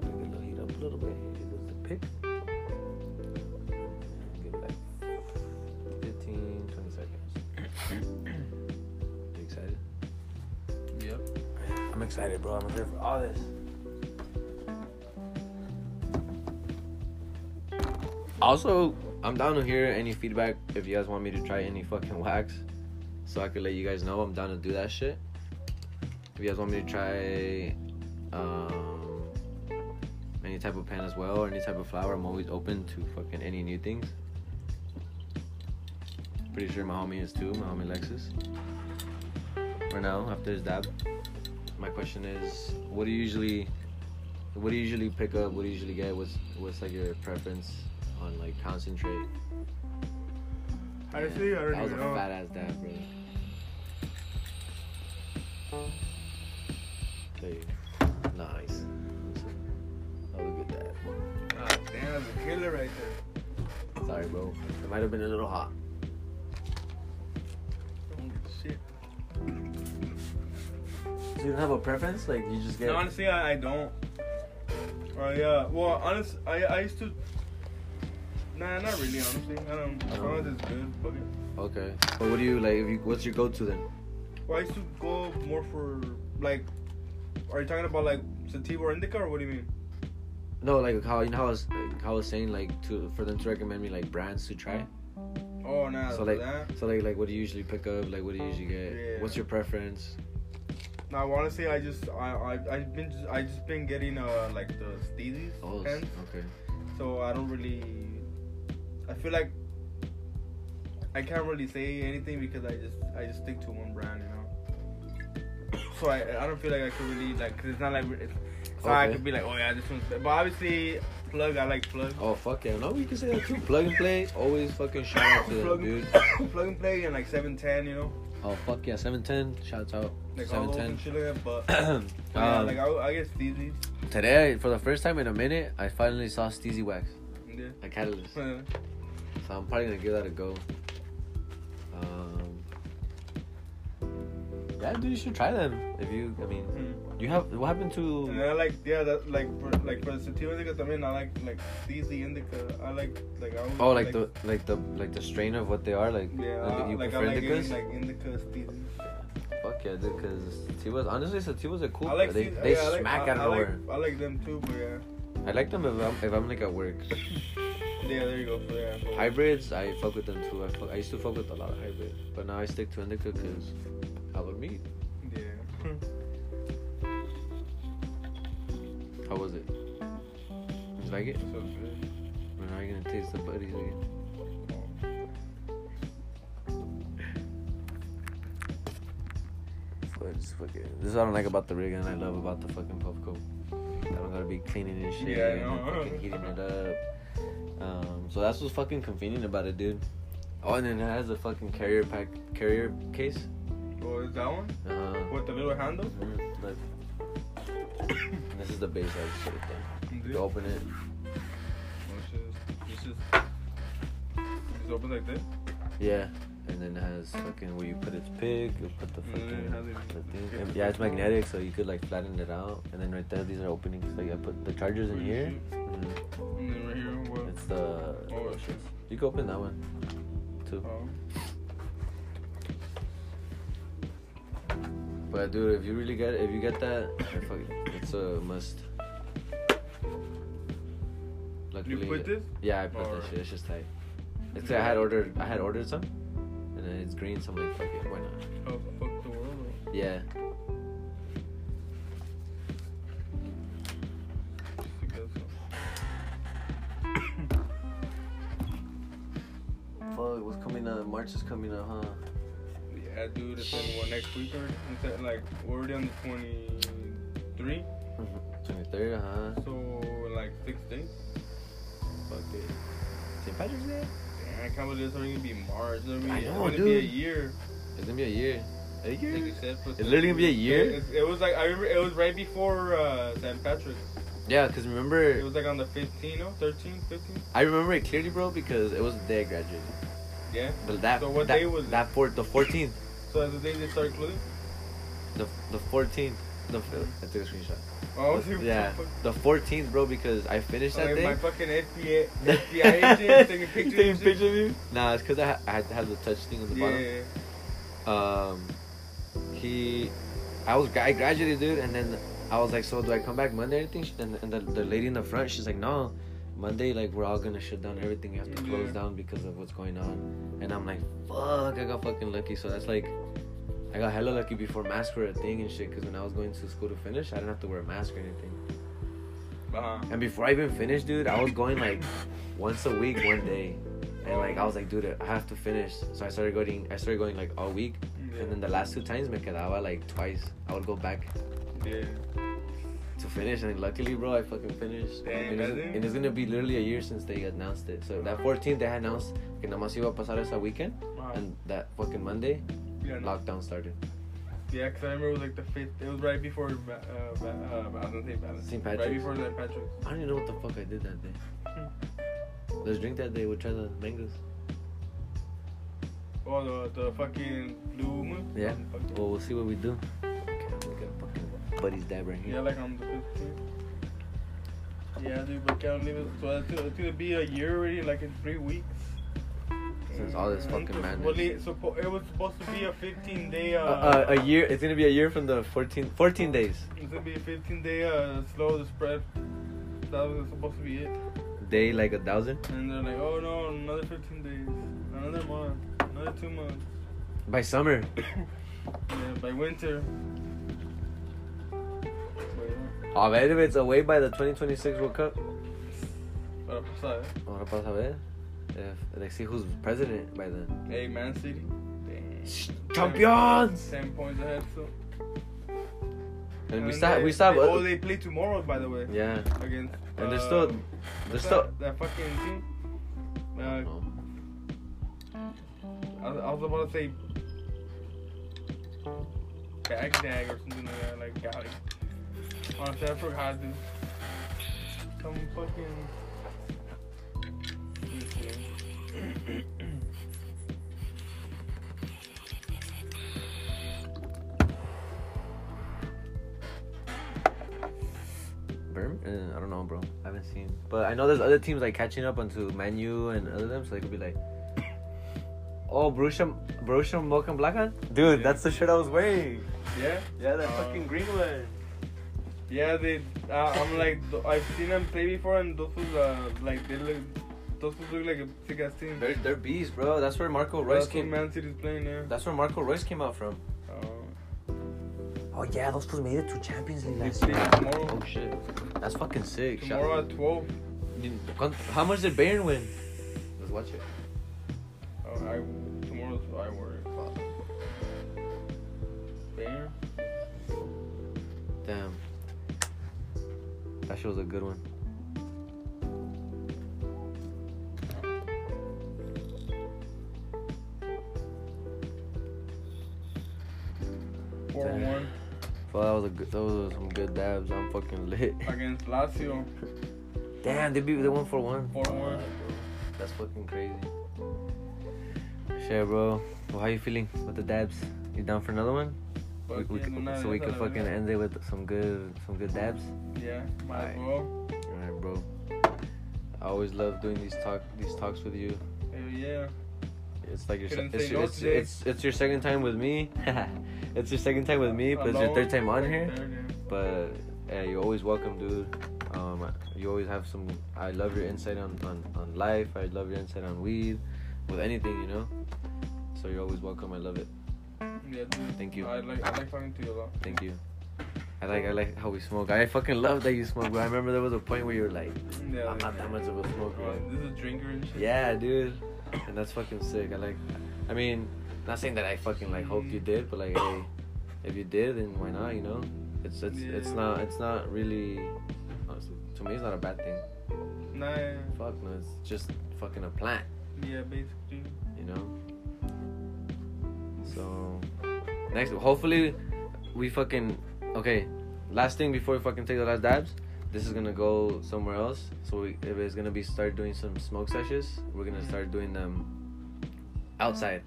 [SPEAKER 1] Let me get it heat up a little bit. Give us the pick. Give it like 15, 20 seconds. you excited?
[SPEAKER 2] Yep.
[SPEAKER 1] I'm excited, bro. I'm here for all this. Also, I'm down to hear any feedback if you guys want me to try any fucking wax. So I could let you guys know I'm down to do that shit. If you guys want me to try um, any type of pen as well or any type of flower, I'm always open to fucking any new things. Pretty sure my homie is too, my homie Lexus. For now, after his dab my question is what do you usually what do you usually pick up what do you usually get what's what's like your preference on like concentrate
[SPEAKER 2] Honestly, I
[SPEAKER 1] that
[SPEAKER 2] don't
[SPEAKER 1] was
[SPEAKER 2] even
[SPEAKER 1] a fat
[SPEAKER 2] know.
[SPEAKER 1] ass dab bro there you go. nice that was a good dab
[SPEAKER 2] Ah, damn, that's a killer right there.
[SPEAKER 1] sorry bro it might have been a little hot
[SPEAKER 2] Holy shit.
[SPEAKER 1] so you don't have a preference like you just get
[SPEAKER 2] No, honestly, I, I don't. Oh yeah. Well, honest, I I used to. Nah, not really. Honestly, I don't. As long as it's good, fuck it.
[SPEAKER 1] okay but what do you like if you, what's your go-to then
[SPEAKER 2] Well, I used to go more for like. Are you talking about like sativa or indica, or what do you mean?
[SPEAKER 1] no like how you know how I was, how I was saying like to for them to recommend me like brands to try
[SPEAKER 2] Oh, nah.
[SPEAKER 1] So like,
[SPEAKER 2] that.
[SPEAKER 1] so like, like, what do you usually pick up? Like, what do you usually get?
[SPEAKER 2] Yeah.
[SPEAKER 1] What's your preference?
[SPEAKER 2] Now, honestly, I just I I I've been just, I just been getting uh like the steezies
[SPEAKER 1] Oh, s-
[SPEAKER 2] pens,
[SPEAKER 1] okay.
[SPEAKER 2] so I don't really. I feel like. I can't really say anything because I just I just stick to one brand, you know. So I I don't feel like I could really like cause it's not like it's, it's not like I
[SPEAKER 1] Okay.
[SPEAKER 2] could be like oh yeah this one's better. but obviously plug I like plug
[SPEAKER 1] Oh fuck yeah! No, we can say that too. Plug and play. Always fucking shout out to them,
[SPEAKER 2] plug
[SPEAKER 1] dude.
[SPEAKER 2] plug and play and like seven ten you know
[SPEAKER 1] Oh fuck yeah! Seven ten. Shout out.
[SPEAKER 2] like
[SPEAKER 1] Seven
[SPEAKER 2] all those
[SPEAKER 1] ten.
[SPEAKER 2] and shit like that but
[SPEAKER 1] um,
[SPEAKER 2] yeah, like I, I guess steezies
[SPEAKER 1] today, for the first time in a minute, I finally saw Steezy Wax,
[SPEAKER 2] yeah.
[SPEAKER 1] a catalyst.
[SPEAKER 2] Yeah.
[SPEAKER 1] So I'm probably gonna give that a go. Um, yeah, dude, you should try them. If you, I mean,
[SPEAKER 2] Hmm.
[SPEAKER 1] you have. What happened
[SPEAKER 2] And
[SPEAKER 1] to?
[SPEAKER 2] I like yeah, that like for like for the sativa indica también I like like CZ indica. I like like I always
[SPEAKER 1] Oh, like, the like the like the strain of what they are like.
[SPEAKER 2] yeah,
[SPEAKER 1] you
[SPEAKER 2] like I
[SPEAKER 1] prefer
[SPEAKER 2] like
[SPEAKER 1] indicas?
[SPEAKER 2] any, like indica CZ.
[SPEAKER 1] Fuck yeah, dude, because Tibas, honestly, so Tibas are cool.
[SPEAKER 2] I like
[SPEAKER 1] they
[SPEAKER 2] CZ
[SPEAKER 1] they
[SPEAKER 2] yeah, I like,
[SPEAKER 1] smack
[SPEAKER 2] I,
[SPEAKER 1] out of
[SPEAKER 2] I like,
[SPEAKER 1] nowhere.
[SPEAKER 2] I like them too, but yeah.
[SPEAKER 1] I like them if I'm, if I'm like at work.
[SPEAKER 2] Yeah, there you go. So, yeah, so-
[SPEAKER 1] Hybrids, I fuck with them too. I, fuck, I used to fuck with a lot of hybrids, but now I stick to indica because I love meat.
[SPEAKER 2] Yeah.
[SPEAKER 1] How was it? You like it?
[SPEAKER 2] So good.
[SPEAKER 1] We're not gonna taste the buddies again. But it's fucking, this is what I don't like about the rig and I love about the fucking Puffco. I don't gotta be cleaning and shit.
[SPEAKER 2] Yeah, I
[SPEAKER 1] and
[SPEAKER 2] know.
[SPEAKER 1] fucking heating it up. Um, so that's what's fucking convenient about it, dude. Oh, and then it has a fucking carrier pack, carrier case.
[SPEAKER 2] Oh, is that one
[SPEAKER 1] Uh,
[SPEAKER 2] with the little handle?
[SPEAKER 1] mm, look. this is the base of the shit. Then. You
[SPEAKER 2] Oh,
[SPEAKER 1] open it.
[SPEAKER 2] shit. It's just, it's open like that.
[SPEAKER 1] Yeah, and then it has fucking where you put its pig, you put the
[SPEAKER 2] And then
[SPEAKER 1] fucking
[SPEAKER 2] it has it-
[SPEAKER 1] the thing. And yeah, it's magnetic, so you could like flatten it out, and then right there, these are openings. Like I put the chargers in
[SPEAKER 2] Where you
[SPEAKER 1] here.
[SPEAKER 2] shoot.
[SPEAKER 1] Mhm.
[SPEAKER 2] And then right here, what?
[SPEAKER 1] It's the
[SPEAKER 2] Oh, shit.
[SPEAKER 1] you can open that one too.
[SPEAKER 2] Oh.
[SPEAKER 1] But dude, if you really get if you get that, I fuck it. it's a must.
[SPEAKER 2] You
[SPEAKER 1] Luckily,
[SPEAKER 2] put this?
[SPEAKER 1] yeah, I put that
[SPEAKER 2] Alright.
[SPEAKER 1] shit. It's just tight. It's I had ordered I had ordered some, and then it's green, so I'm like, fuck it, why not?
[SPEAKER 2] Oh, fuck the world.
[SPEAKER 1] Yeah.
[SPEAKER 2] I guess so.
[SPEAKER 1] Fuck, what's coming up? March is coming up, huh?
[SPEAKER 2] Yeah, dude, it's in what next week or it's like we're already on the twenty three,
[SPEAKER 1] 23rd, huh?
[SPEAKER 2] so like six days.
[SPEAKER 1] Fuck it. St. Patrick's Day?
[SPEAKER 2] Damn, I can't believe it's already gonna be March. It's gonna be,
[SPEAKER 1] I
[SPEAKER 2] it's
[SPEAKER 1] know,
[SPEAKER 2] gonna be a
[SPEAKER 1] dude.
[SPEAKER 2] year.
[SPEAKER 1] It's gonna be a year. A
[SPEAKER 2] Like you
[SPEAKER 1] year?
[SPEAKER 2] said, for
[SPEAKER 1] It's literally gonna be a year?
[SPEAKER 2] It, it was like I remember it was right before uh, St. Patrick's.
[SPEAKER 1] Yeah, because
[SPEAKER 2] It
[SPEAKER 1] remember,
[SPEAKER 2] was like on the 15, no, 13, 15.
[SPEAKER 1] I remember it clearly, bro, because it was the day I graduated.
[SPEAKER 2] Yeah.
[SPEAKER 1] But that,
[SPEAKER 2] So what
[SPEAKER 1] that,
[SPEAKER 2] day was it?
[SPEAKER 1] that four, the 14th.
[SPEAKER 2] So that's the day they started closing.
[SPEAKER 1] The, the 14th. The, I took a screenshot.
[SPEAKER 2] Oh, I was like, what the
[SPEAKER 1] yeah,
[SPEAKER 2] fuck?
[SPEAKER 1] the 14th, bro, because I finished
[SPEAKER 2] I'm
[SPEAKER 1] that
[SPEAKER 2] like,
[SPEAKER 1] day.
[SPEAKER 2] my fucking FBI, FBI agent taking pictures.
[SPEAKER 1] Taking
[SPEAKER 2] and shit.
[SPEAKER 1] pictures of you? Nah, it's because I, ha- I had to have the touch thing on the
[SPEAKER 2] Yeah,
[SPEAKER 1] bottom.
[SPEAKER 2] yeah,
[SPEAKER 1] um he i was i graduated dude and then i was like so do i come back monday or anything She- and, and the, the lady in the front she's like no monday like we're all gonna shut down everything you have to close
[SPEAKER 2] Yeah.
[SPEAKER 1] down because of what's going on and i'm like fuck i got fucking lucky so that's like i got hella lucky before masks were a thing and shit because when i was going to school to finish i didn't have to wear a mask or anything
[SPEAKER 2] yeah. Uh-huh.
[SPEAKER 1] and before I even finished, dude, I was going like once a week, one day, and like I was like, dude, I have to finish. So I started going, I started going like all week, and then the last two times me quedaba like twice. I would go back
[SPEAKER 2] Uh-huh. Yeah.
[SPEAKER 1] to finish, and luckily, bro, I fucking finished.
[SPEAKER 2] Damn,
[SPEAKER 1] and, it's,
[SPEAKER 2] imagine.
[SPEAKER 1] and it's gonna be literally a year since they announced it. So that 14th, they announced que nada más iba a pasar esa weekend,
[SPEAKER 2] Uh-huh.
[SPEAKER 1] and that fucking Monday,
[SPEAKER 2] yeah, no.
[SPEAKER 1] lockdown started.
[SPEAKER 2] Yeah, because I remember it was like the fifth. It was right before uh, uh, uh, I was gonna say Valentine's.
[SPEAKER 1] St.
[SPEAKER 2] Right
[SPEAKER 1] Patrick's.
[SPEAKER 2] before St. Patrick's.
[SPEAKER 1] I don't even know what the fuck I did that day.
[SPEAKER 2] Hmm.
[SPEAKER 1] Let's drink that day. We'll try the mangoes.
[SPEAKER 2] Oh, the, the fucking blue moon.
[SPEAKER 1] Yeah.
[SPEAKER 2] Fucking-
[SPEAKER 1] Well, we'll see what we do. Okay, we got fucking buddies dab right
[SPEAKER 2] Yeah,
[SPEAKER 1] here.
[SPEAKER 2] like on the fifteenth. Yeah, dude, but can't leave it. So it's, gonna- it's gonna be a year already, like in three weeks.
[SPEAKER 1] Since all this
[SPEAKER 2] Mm,
[SPEAKER 1] fucking
[SPEAKER 2] suppo-
[SPEAKER 1] madness.
[SPEAKER 2] well, it, suppo- it was supposed to be a 15 day. Uh,
[SPEAKER 1] Uh, uh, a year. It's gonna be a year from the 14, 14 days.
[SPEAKER 2] It's gonna be a 15 day uh, slow the spread. That was supposed to be it.
[SPEAKER 1] Day like a thousand.
[SPEAKER 2] And they're like, oh no, another 15 days, another month, another two months. Mm-hmm.
[SPEAKER 1] By summer.
[SPEAKER 2] Yeah, by winter. But yeah,
[SPEAKER 1] A ver if it's away by the 2026 World Cup.
[SPEAKER 2] para pasar. eh.
[SPEAKER 1] Ahora pasa a ver. If, like, see who's president by then.
[SPEAKER 2] Hey, Man City. Damn.
[SPEAKER 1] Champions!
[SPEAKER 2] Ten points ahead. So.
[SPEAKER 1] And we stop.
[SPEAKER 2] they-
[SPEAKER 1] We stop.
[SPEAKER 2] they- oh, they play tomorrow, by the way.
[SPEAKER 1] yeah.
[SPEAKER 2] Against.
[SPEAKER 1] And they're still.
[SPEAKER 2] um,
[SPEAKER 1] They're
[SPEAKER 2] that,
[SPEAKER 1] still.
[SPEAKER 2] That fucking team. Uh,
[SPEAKER 1] Oh,
[SPEAKER 2] I, was- I was about to say. Baghdad or something like that. Like, got it. Honestly, I forgot, dude. Some fucking. Let me see.
[SPEAKER 1] Burm? Uh, I don't know, bro. I haven't seen. But I know there's other teams like catching up onto Manu and other them, so they could be like, oh, Borussia, Borussia Mönchengladbach. Dude, that's the shirt I was wearing.
[SPEAKER 2] Yeah?
[SPEAKER 1] Yeah,
[SPEAKER 2] that fucking
[SPEAKER 1] green one.
[SPEAKER 2] uh, Yeah, they. Uh, I'm uh, like, th- I've seen them play before, and those was uh, like they look. Those people look like a sick ass team.
[SPEAKER 1] They're, they're bees, bro. That's where Marco Royce
[SPEAKER 2] That's what
[SPEAKER 1] came.
[SPEAKER 2] Man City's playing there.
[SPEAKER 1] That's where Marco Royce came out from.
[SPEAKER 2] Uh,
[SPEAKER 3] Oh yeah, those fools made it to Champions League
[SPEAKER 2] they
[SPEAKER 3] last
[SPEAKER 2] play
[SPEAKER 3] year.
[SPEAKER 2] tomorrow.
[SPEAKER 1] Oh shit.
[SPEAKER 3] That's fucking sick. Shout-
[SPEAKER 2] Tomorrow at 12.
[SPEAKER 1] You- con- How much did Bayern win? Let's watch it.
[SPEAKER 2] Uh, I, tomorrow's I work. There.
[SPEAKER 1] Damn. That shit was a good one.
[SPEAKER 2] Four one
[SPEAKER 1] Well, that was a good. Those were some good dabs. I'm fucking lit.
[SPEAKER 2] against Lazio.
[SPEAKER 1] Damn, they beat. They won for one.
[SPEAKER 2] Four one.
[SPEAKER 1] That's fucking crazy. Shit, bro. Well, how you feeling with the dabs? You down for another one? We- we
[SPEAKER 2] Fucking
[SPEAKER 1] c-
[SPEAKER 2] una
[SPEAKER 1] so we
[SPEAKER 2] vez a
[SPEAKER 1] could
[SPEAKER 2] la
[SPEAKER 1] fucking
[SPEAKER 2] vez.
[SPEAKER 1] end it with some good, some good dabs.
[SPEAKER 2] Yeah, might as
[SPEAKER 1] Aight.
[SPEAKER 2] well.
[SPEAKER 1] All right, bro. I always love doing these talk, these talks with you.
[SPEAKER 2] Hell yeah.
[SPEAKER 1] It's like your, se-
[SPEAKER 2] Couldn't
[SPEAKER 1] it's,
[SPEAKER 2] say
[SPEAKER 1] your-
[SPEAKER 2] no
[SPEAKER 1] it's,
[SPEAKER 2] today.
[SPEAKER 1] it's, it's your second time with me. it's your second time with me, but it's your
[SPEAKER 2] Alone,
[SPEAKER 1] third time on
[SPEAKER 2] right
[SPEAKER 1] here.
[SPEAKER 2] there, dude.
[SPEAKER 1] But yeah, you're always welcome, dude. Um, you always have some. I love your insight on, on, on life. I love your insight on weed, with anything, you know. So you're always welcome. I love it.
[SPEAKER 2] Yeah, dude.
[SPEAKER 1] Thank you.
[SPEAKER 2] I like I like talking to you a lot.
[SPEAKER 1] Thank you. I like I like how we smoke. I fucking love that you smoke. Bro. I remember there was a point where you were like,
[SPEAKER 2] Yeah,
[SPEAKER 1] I'm not that much of a smoker.
[SPEAKER 2] This is drinker and shit.
[SPEAKER 1] Yeah, dude. And that's fucking sick. I like. I mean, not saying that I fucking like hope you did, but like, hey, if you did, then why not? You know, it's it's it's
[SPEAKER 2] Yeah.
[SPEAKER 1] not it's not really. honestly, To me, it's not a bad thing.
[SPEAKER 2] Nah, yeah,
[SPEAKER 1] Fuck no, it's just fucking a plant,
[SPEAKER 2] yeah, basically.
[SPEAKER 1] you know. So next, hopefully, we fucking okay. Last thing before we fucking take the last dabs, this is gonna go somewhere else. So we, if it's gonna be start doing some smoke sessions, we're gonna start doing them outside.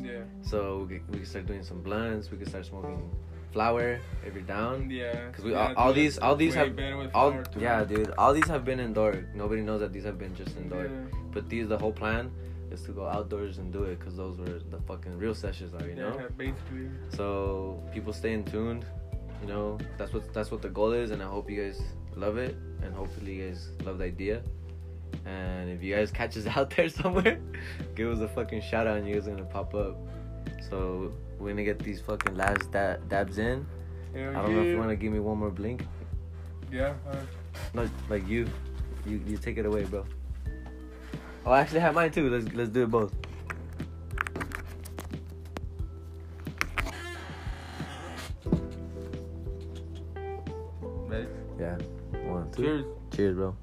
[SPEAKER 2] Yeah,
[SPEAKER 1] So we can, we can start doing some blunts. We can start smoking flower if you're down.
[SPEAKER 2] yeah.
[SPEAKER 1] Cause we
[SPEAKER 2] yeah,
[SPEAKER 1] all, all
[SPEAKER 2] dude,
[SPEAKER 1] these all these
[SPEAKER 2] way
[SPEAKER 1] have
[SPEAKER 2] better with
[SPEAKER 1] all
[SPEAKER 2] flower, too.
[SPEAKER 1] yeah dude all these have been indoor. Nobody knows that these have been just indoor.
[SPEAKER 2] Yeah.
[SPEAKER 1] But these, the whole plan is to go outdoors and do it because those were the fucking real sessions, are you know.
[SPEAKER 2] Yeah, basically.
[SPEAKER 1] So people stay in tuned, you know. That's what that's what the goal is, and I hope you guys love it, and hopefully you guys love the idea. And if you guys catch us out there somewhere, give us a fucking shout out, and you guys are gonna pop up. So we're gonna get these fucking last da- dabs in.
[SPEAKER 2] Hell
[SPEAKER 1] I don't know if you
[SPEAKER 2] yeah.
[SPEAKER 1] wanna give me one more blink.
[SPEAKER 2] Yeah, uh,
[SPEAKER 1] No, like you, you, you take it away, bro. Oh, I actually have mine too. Let's let's do it both.
[SPEAKER 2] ready?
[SPEAKER 1] Yeah. One, two.
[SPEAKER 2] Cheers.
[SPEAKER 1] Cheers, bro.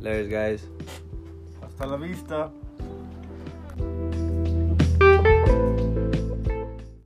[SPEAKER 1] Layers, guys.
[SPEAKER 2] Hasta la vista.